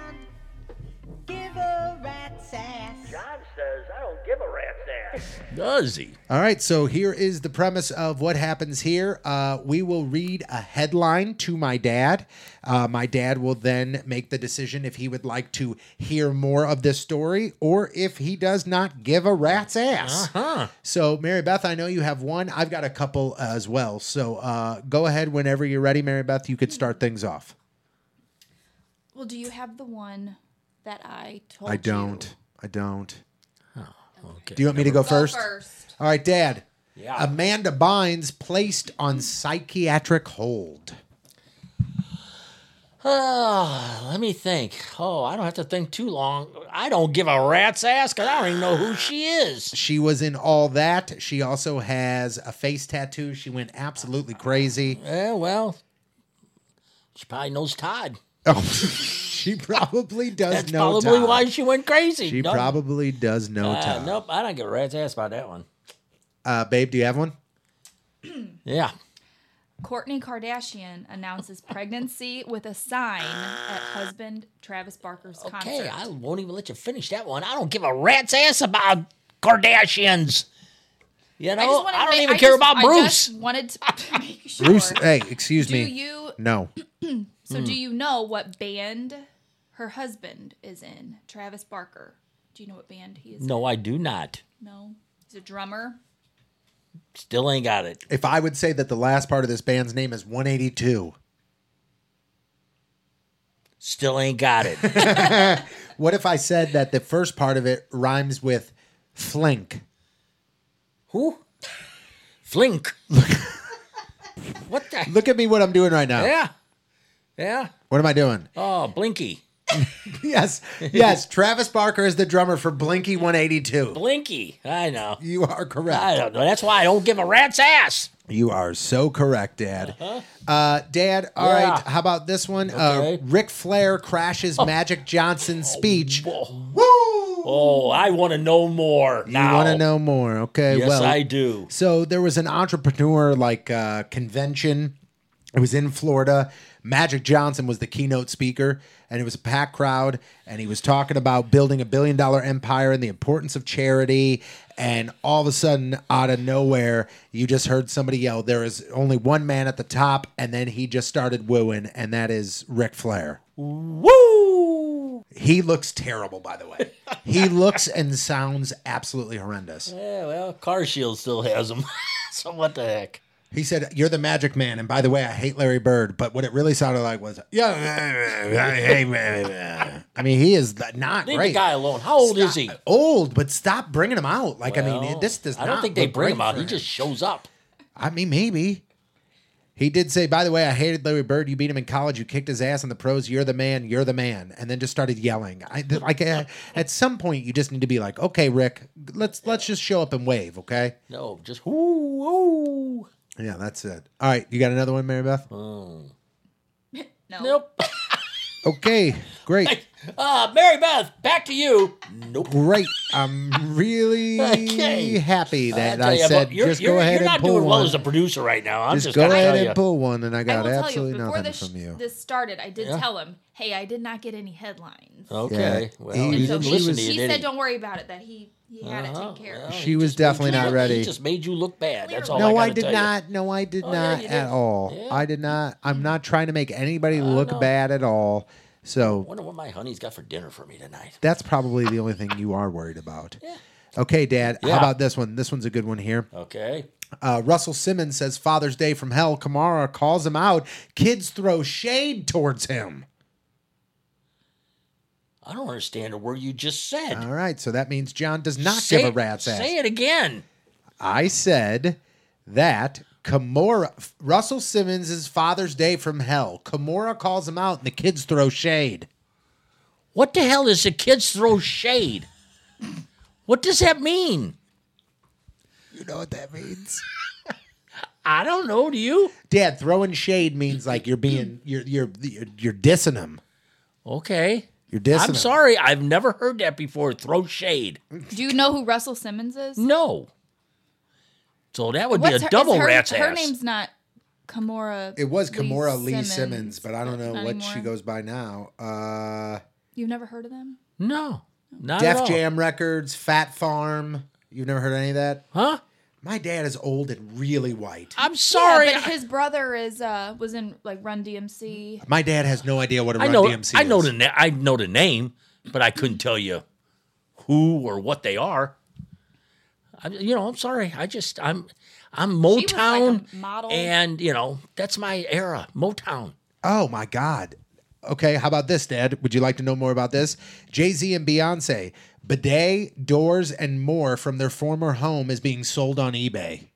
give a rat's ass. John says, I don't give a rat's ass. Does he? All right, so here is the premise of what happens here. Uh, we will read a headline to my dad. Uh, my dad will then make the decision if he would like to hear more of this story or if he does not give a rat's ass. Huh. So, Mary Beth, I know you have one. I've got a couple as well. So, uh, go ahead whenever you're ready, Mary Beth. You could start things off. Well, do you have the one that I told I you. don't. I don't. Okay. Do you want me to go, first? first. All right, Dad. Yeah. Amanda Bynes placed on psychiatric hold. Ah, let me think. Oh, I don't have to think too long. I don't give a rat's ass because I don't even know who she is. She was in all that. She also has a face tattoo. She went absolutely crazy. Eh, well, she probably knows Todd. Oh, she probably does That's know. probably Todd. why she went crazy. She Nope. probably does know. Uh, Todd. Nope, I don't give a rat's ass about that one. Uh, babe, do you have one? Yeah. Courtney Kardashian announces pregnancy with a sign at husband Travis Barker's Okay, concert. I won't even let you finish that one. I don't give a rat's ass about Kardashians. You know, I, just wanted to don't make- even I care just- about I Bruce. just wanted to make sure. Bruce, hey, excuse do me. you no. Mm. so do you know what band her husband is in? Travis Barker. Do you know what band he is? No, I do not. in? No. He's a drummer. Still ain't got it. If I would say that the last part of this band's name is 182, Still ain't got it. what if I said that the first part of it rhymes with flink? Who? Flink. what the? Look at me what I'm doing right now. Yeah. Yeah. What am I doing? Oh, Blinky. Yes. Yes. Travis Barker is the drummer for Blinky 182. Blinky. I know. You are correct. I don't know. That's why I don't give a rat's ass. You are so correct, Dad. uh Dad, All right. Uh-huh. Yeah. How about this one? Uh, Okay. Ric Flair crashes Magic Johnson's speech. Woo! Oh, I want to know more You now. want to know more? Okay. Yes, well, I do. So there was an entrepreneur like uh, convention. It was in Florida. Magic Johnson was the keynote speaker, and it was a packed crowd. And he was talking about building a billion dollar empire and the importance of charity. And all of a sudden, out of nowhere, you just heard somebody yell, There is only one man at the top. And then he just started wooing, and that is Ric Flair. Woo! He looks terrible, by the way. he looks and sounds absolutely horrendous. Yeah, well, Car Shield still has them. so what the heck? He said, "You're the magic man." And by the way, I hate Larry Bird, but what it really sounded like was, "Yeah, I hate Larry." I mean, he is th- not Leave great. the guy alone. How old is he? Old, but stop bringing him out. Like, I mean, Well, it- this does. I don't not think they look bring great him out. for He just shows up. I mean, maybe. He did say, "By the way, I hated Larry Bird. You beat him in college. You kicked his ass in the pros. You're the man. You're the man." And then just started yelling. I th- like uh, at some point, you just need to be like, "Okay, Rick, let's let's just show up and wave." Okay. No, just woo, woo. Yeah, that's it. All right, you got another one, Mary Beth? No. Nope. Okay, great. Uh, Mary Beth, back to you. Nope. Great. I'm really Okay. happy I that tell I, you, said but you're, just you're, go ahead you're and not pull doing well one. as a producer right now. I'm just just go gonna ahead tell and you. pull one, and I I got will tell you absolutely before nothing this, from you. this started, I did Yeah. tell him, "Hey, I did not get any headlines." Okay. Yeah. Well, He- he, he didn't was- listen she to you, He did said, he? "Don't worry about it. That he he had it Uh-huh. taken care Well, of." She was just made you definitely not look- ready. He just made you look bad. That's all. no, Oh, I, I, gotta did tell not. No, I did Oh, yeah, not you at did. all. Yeah. I did not. I'm not trying to make anybody look know. bad at all. You. So Wonder what my honey's got for dinner for me tonight. that's probably the only thing you are worried about. Okay, Dad. How Yeah. about this one? This one's a good one here. Okay. Uh, Russell Simmons says Father's Day from Hell. Kamara calls him out. Kids throw shade towards him. I don't understand a word you just said. All right, so that means John does not say, give a rat's ass. Say it again. I said that Kimura, Russell Simmons is Father's Day from hell. Kimura calls him out, and the kids throw shade. What the hell is the kids throw shade? What does that mean? You know what that means? I don't know. Do you? Dad, throwing shade means like you're being you're you're you're, you're dissing him. Okay. You're dissing. I'm him. sorry. I've never heard that before. Throw shade. Do you know who Russell Simmons is? No. So that would be a her- is double her, rat's her ass. name's not Kimora. It was Lee Kimura Lee, Simmons, but I don't That's know not what anymore. she goes by now. Uh, You've never heard of them? no. Not at Def all. Jam Records, Fat Farm. You've never heard of any of that? Huh? My dad is old and really white. I'm sorry. but his brother is uh was in like Run DMC. My dad has no idea what a I Run know. DMC I know is. the. Na- I know the name, but I couldn't tell you who or what they are. I, you know, I'm sorry. I just I'm I'm was like a Motown model. and you know that's my era Motown. Oh my God. okay, how about this, Dad? Would you like to know more about this? Jay Z and Beyonce, bidet, doors, and more from their former home is being sold on eBay.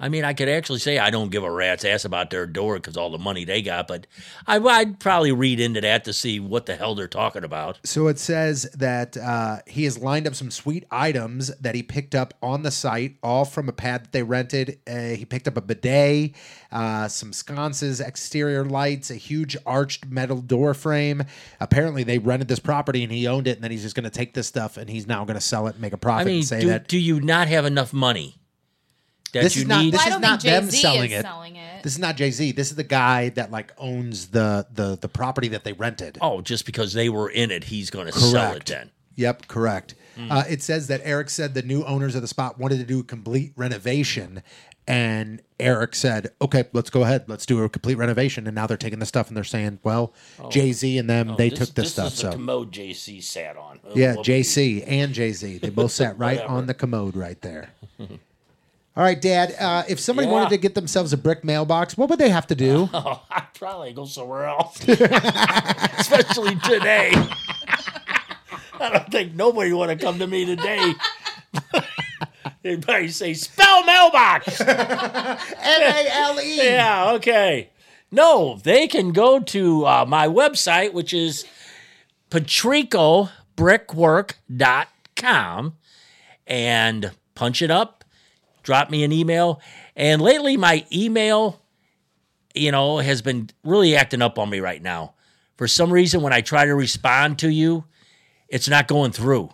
I mean, I could actually say I don't give a rat's ass about their door because all the money they got, but I, would probably read into that to see what the hell they're talking about. So it says that uh, he has lined up some sweet items that he picked up on the site, all from a pad that they rented. Uh, he picked up a bidet, uh, some sconces, exterior lights, a huge arched metal door frame. Apparently, they rented this property and he owned it, and then he's just going to take this stuff and he's now going to sell it and make a I profit mean, and say do, that. do you not have enough money that This you is not- need? this Well, I is don't not think them Jay-Z selling is it. selling it. This is not Jay Z. This is the guy that like owns the the the property that they rented. oh, just because they were in it, he's going to sell it Correct. then. Yep, correct. Mm. Uh, it says that Eric said the new owners of the spot wanted to do a complete renovation, and Eric said, "Okay, let's go ahead, let's do a complete renovation." And now they're taking the stuff and they're saying, "Well, Oh. Jay Z and them, they took this, stuff." Is So the commode JC sat on. Oh, yeah, whoopee. Jay Z and Jay Z, they both sat right on the commode right there. All right, Dad. Uh, if somebody Yeah. wanted to get themselves a brick mailbox, what would they have to do? Oh, I'd probably go somewhere else, especially today. I don't think nobody want to come to me today. They'd probably say, "Spell mailbox." M A L E. yeah, okay. No, they can go to uh, my website, which is patricobrickwork.com and punch it up, drop me an email. And lately, my email, you know, has been really acting up on me right now. For some reason, when I try to respond to you, it's not going through.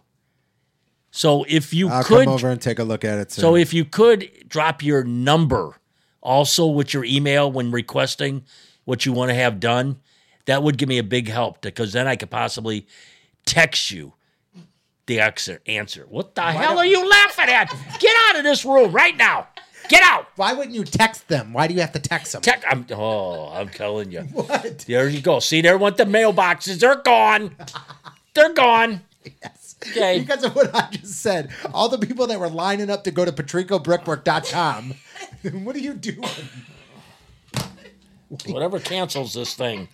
So if you I'll could come over and take a look at it. Soon. so if you could drop your number also with your email when requesting what you want to have done, that would give me a big help because then I could possibly text you the answer. answer. What the hell are you laughing at? Get out of this room right now. Get out. why wouldn't you text them? Why do you have to text them? Tech, I'm, oh, I'm telling you. what? There you go. See, there went the mailboxes. They're gone. They're gone. Okay. because of what I just said. All the people that were lining up to go to patricobrickwork.com. what are you doing? Whatever cancels this thing.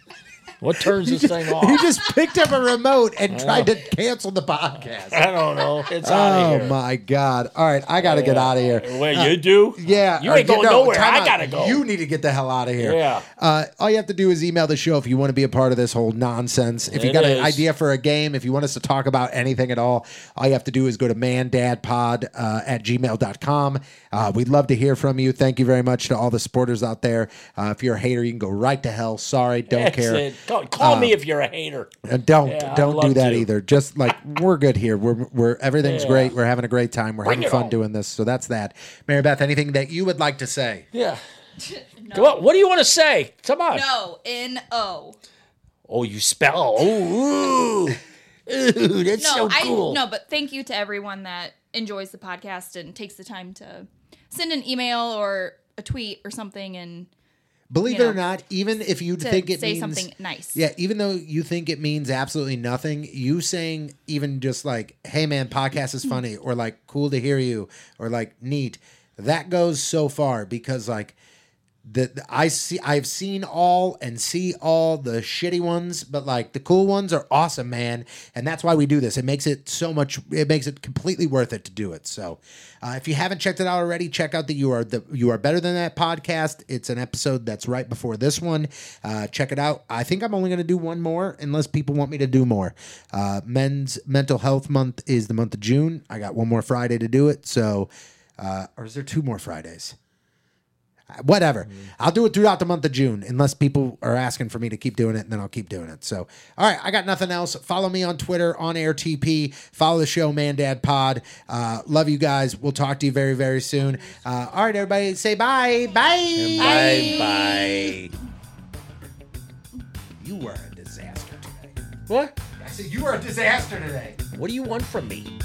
What turns this thing off? You just picked up a remote and tried to cancel the podcast. I don't know. It's out of Oh here. my God. All right, I got to get out of here. Well, you do? Yeah. You or ain't going no, nowhere. time I out. gotta go. You need to get the hell out of here. Yeah. Uh, all you have to do is email the show if you want to be a part of this whole nonsense. If you It got an is. idea for a game, if you want us to talk about anything at all, all you have to do is go to mandadpod uh, at gmail.com. Uh, we'd love to hear from you. Thank you very much to all the supporters out there. Uh, if you're a hater, you can go right to hell. Sorry, don't That's care. Um, it. Call, call me if you're a hater. And don't Yeah, I'd don't do love that to. either. Just like we're good here. We're we're everything's Yeah. great. We're having a great time. We're Bring having it fun on. doing this. So that's that. Mary Beth, anything that you would like to say? Yeah. Come on. What do you want to say? Come on. No, N O. Oh, you spell. Oh, ooh. Ooh, that's so No, I cool. no, but thank you to everyone that enjoys the podcast and takes the time to send an email or a tweet or something and Believe you it or know, not, even if you to think it say means something nice. yeah, even though you think it means absolutely nothing, you saying even just like, "Hey man, podcast Mm-hmm. is funny," or like, "Cool to hear you," or like, "Neat," that goes so far because like the, the- I see I've seen all and see all the shitty ones, but like the cool ones are awesome, man, and that's why we do this. It makes it so much. It makes it completely worth it to do it. So, uh, if you haven't checked it out already, check out the you are the you are better than that podcast. It's an episode that's right before this one. Uh, check it out. I think I'm only going to do one more unless people want me to do more. Uh, Men's Mental Health Month is the month of June. I got one more Friday to do it. So, uh, or is there two more Fridays? whatever. I'll do it throughout the month of June, unless people are asking for me to keep doing it, and then I'll keep doing it. So, all right, I got nothing else. Follow me on Twitter, on Air TP. Follow the show, Man Dad Pod. Uh, love you guys. We'll talk to you very, very soon. Uh, all right, everybody, say bye. Bye. Bye bye. You were a disaster today. What? I said, You were a disaster today. What do you want from me?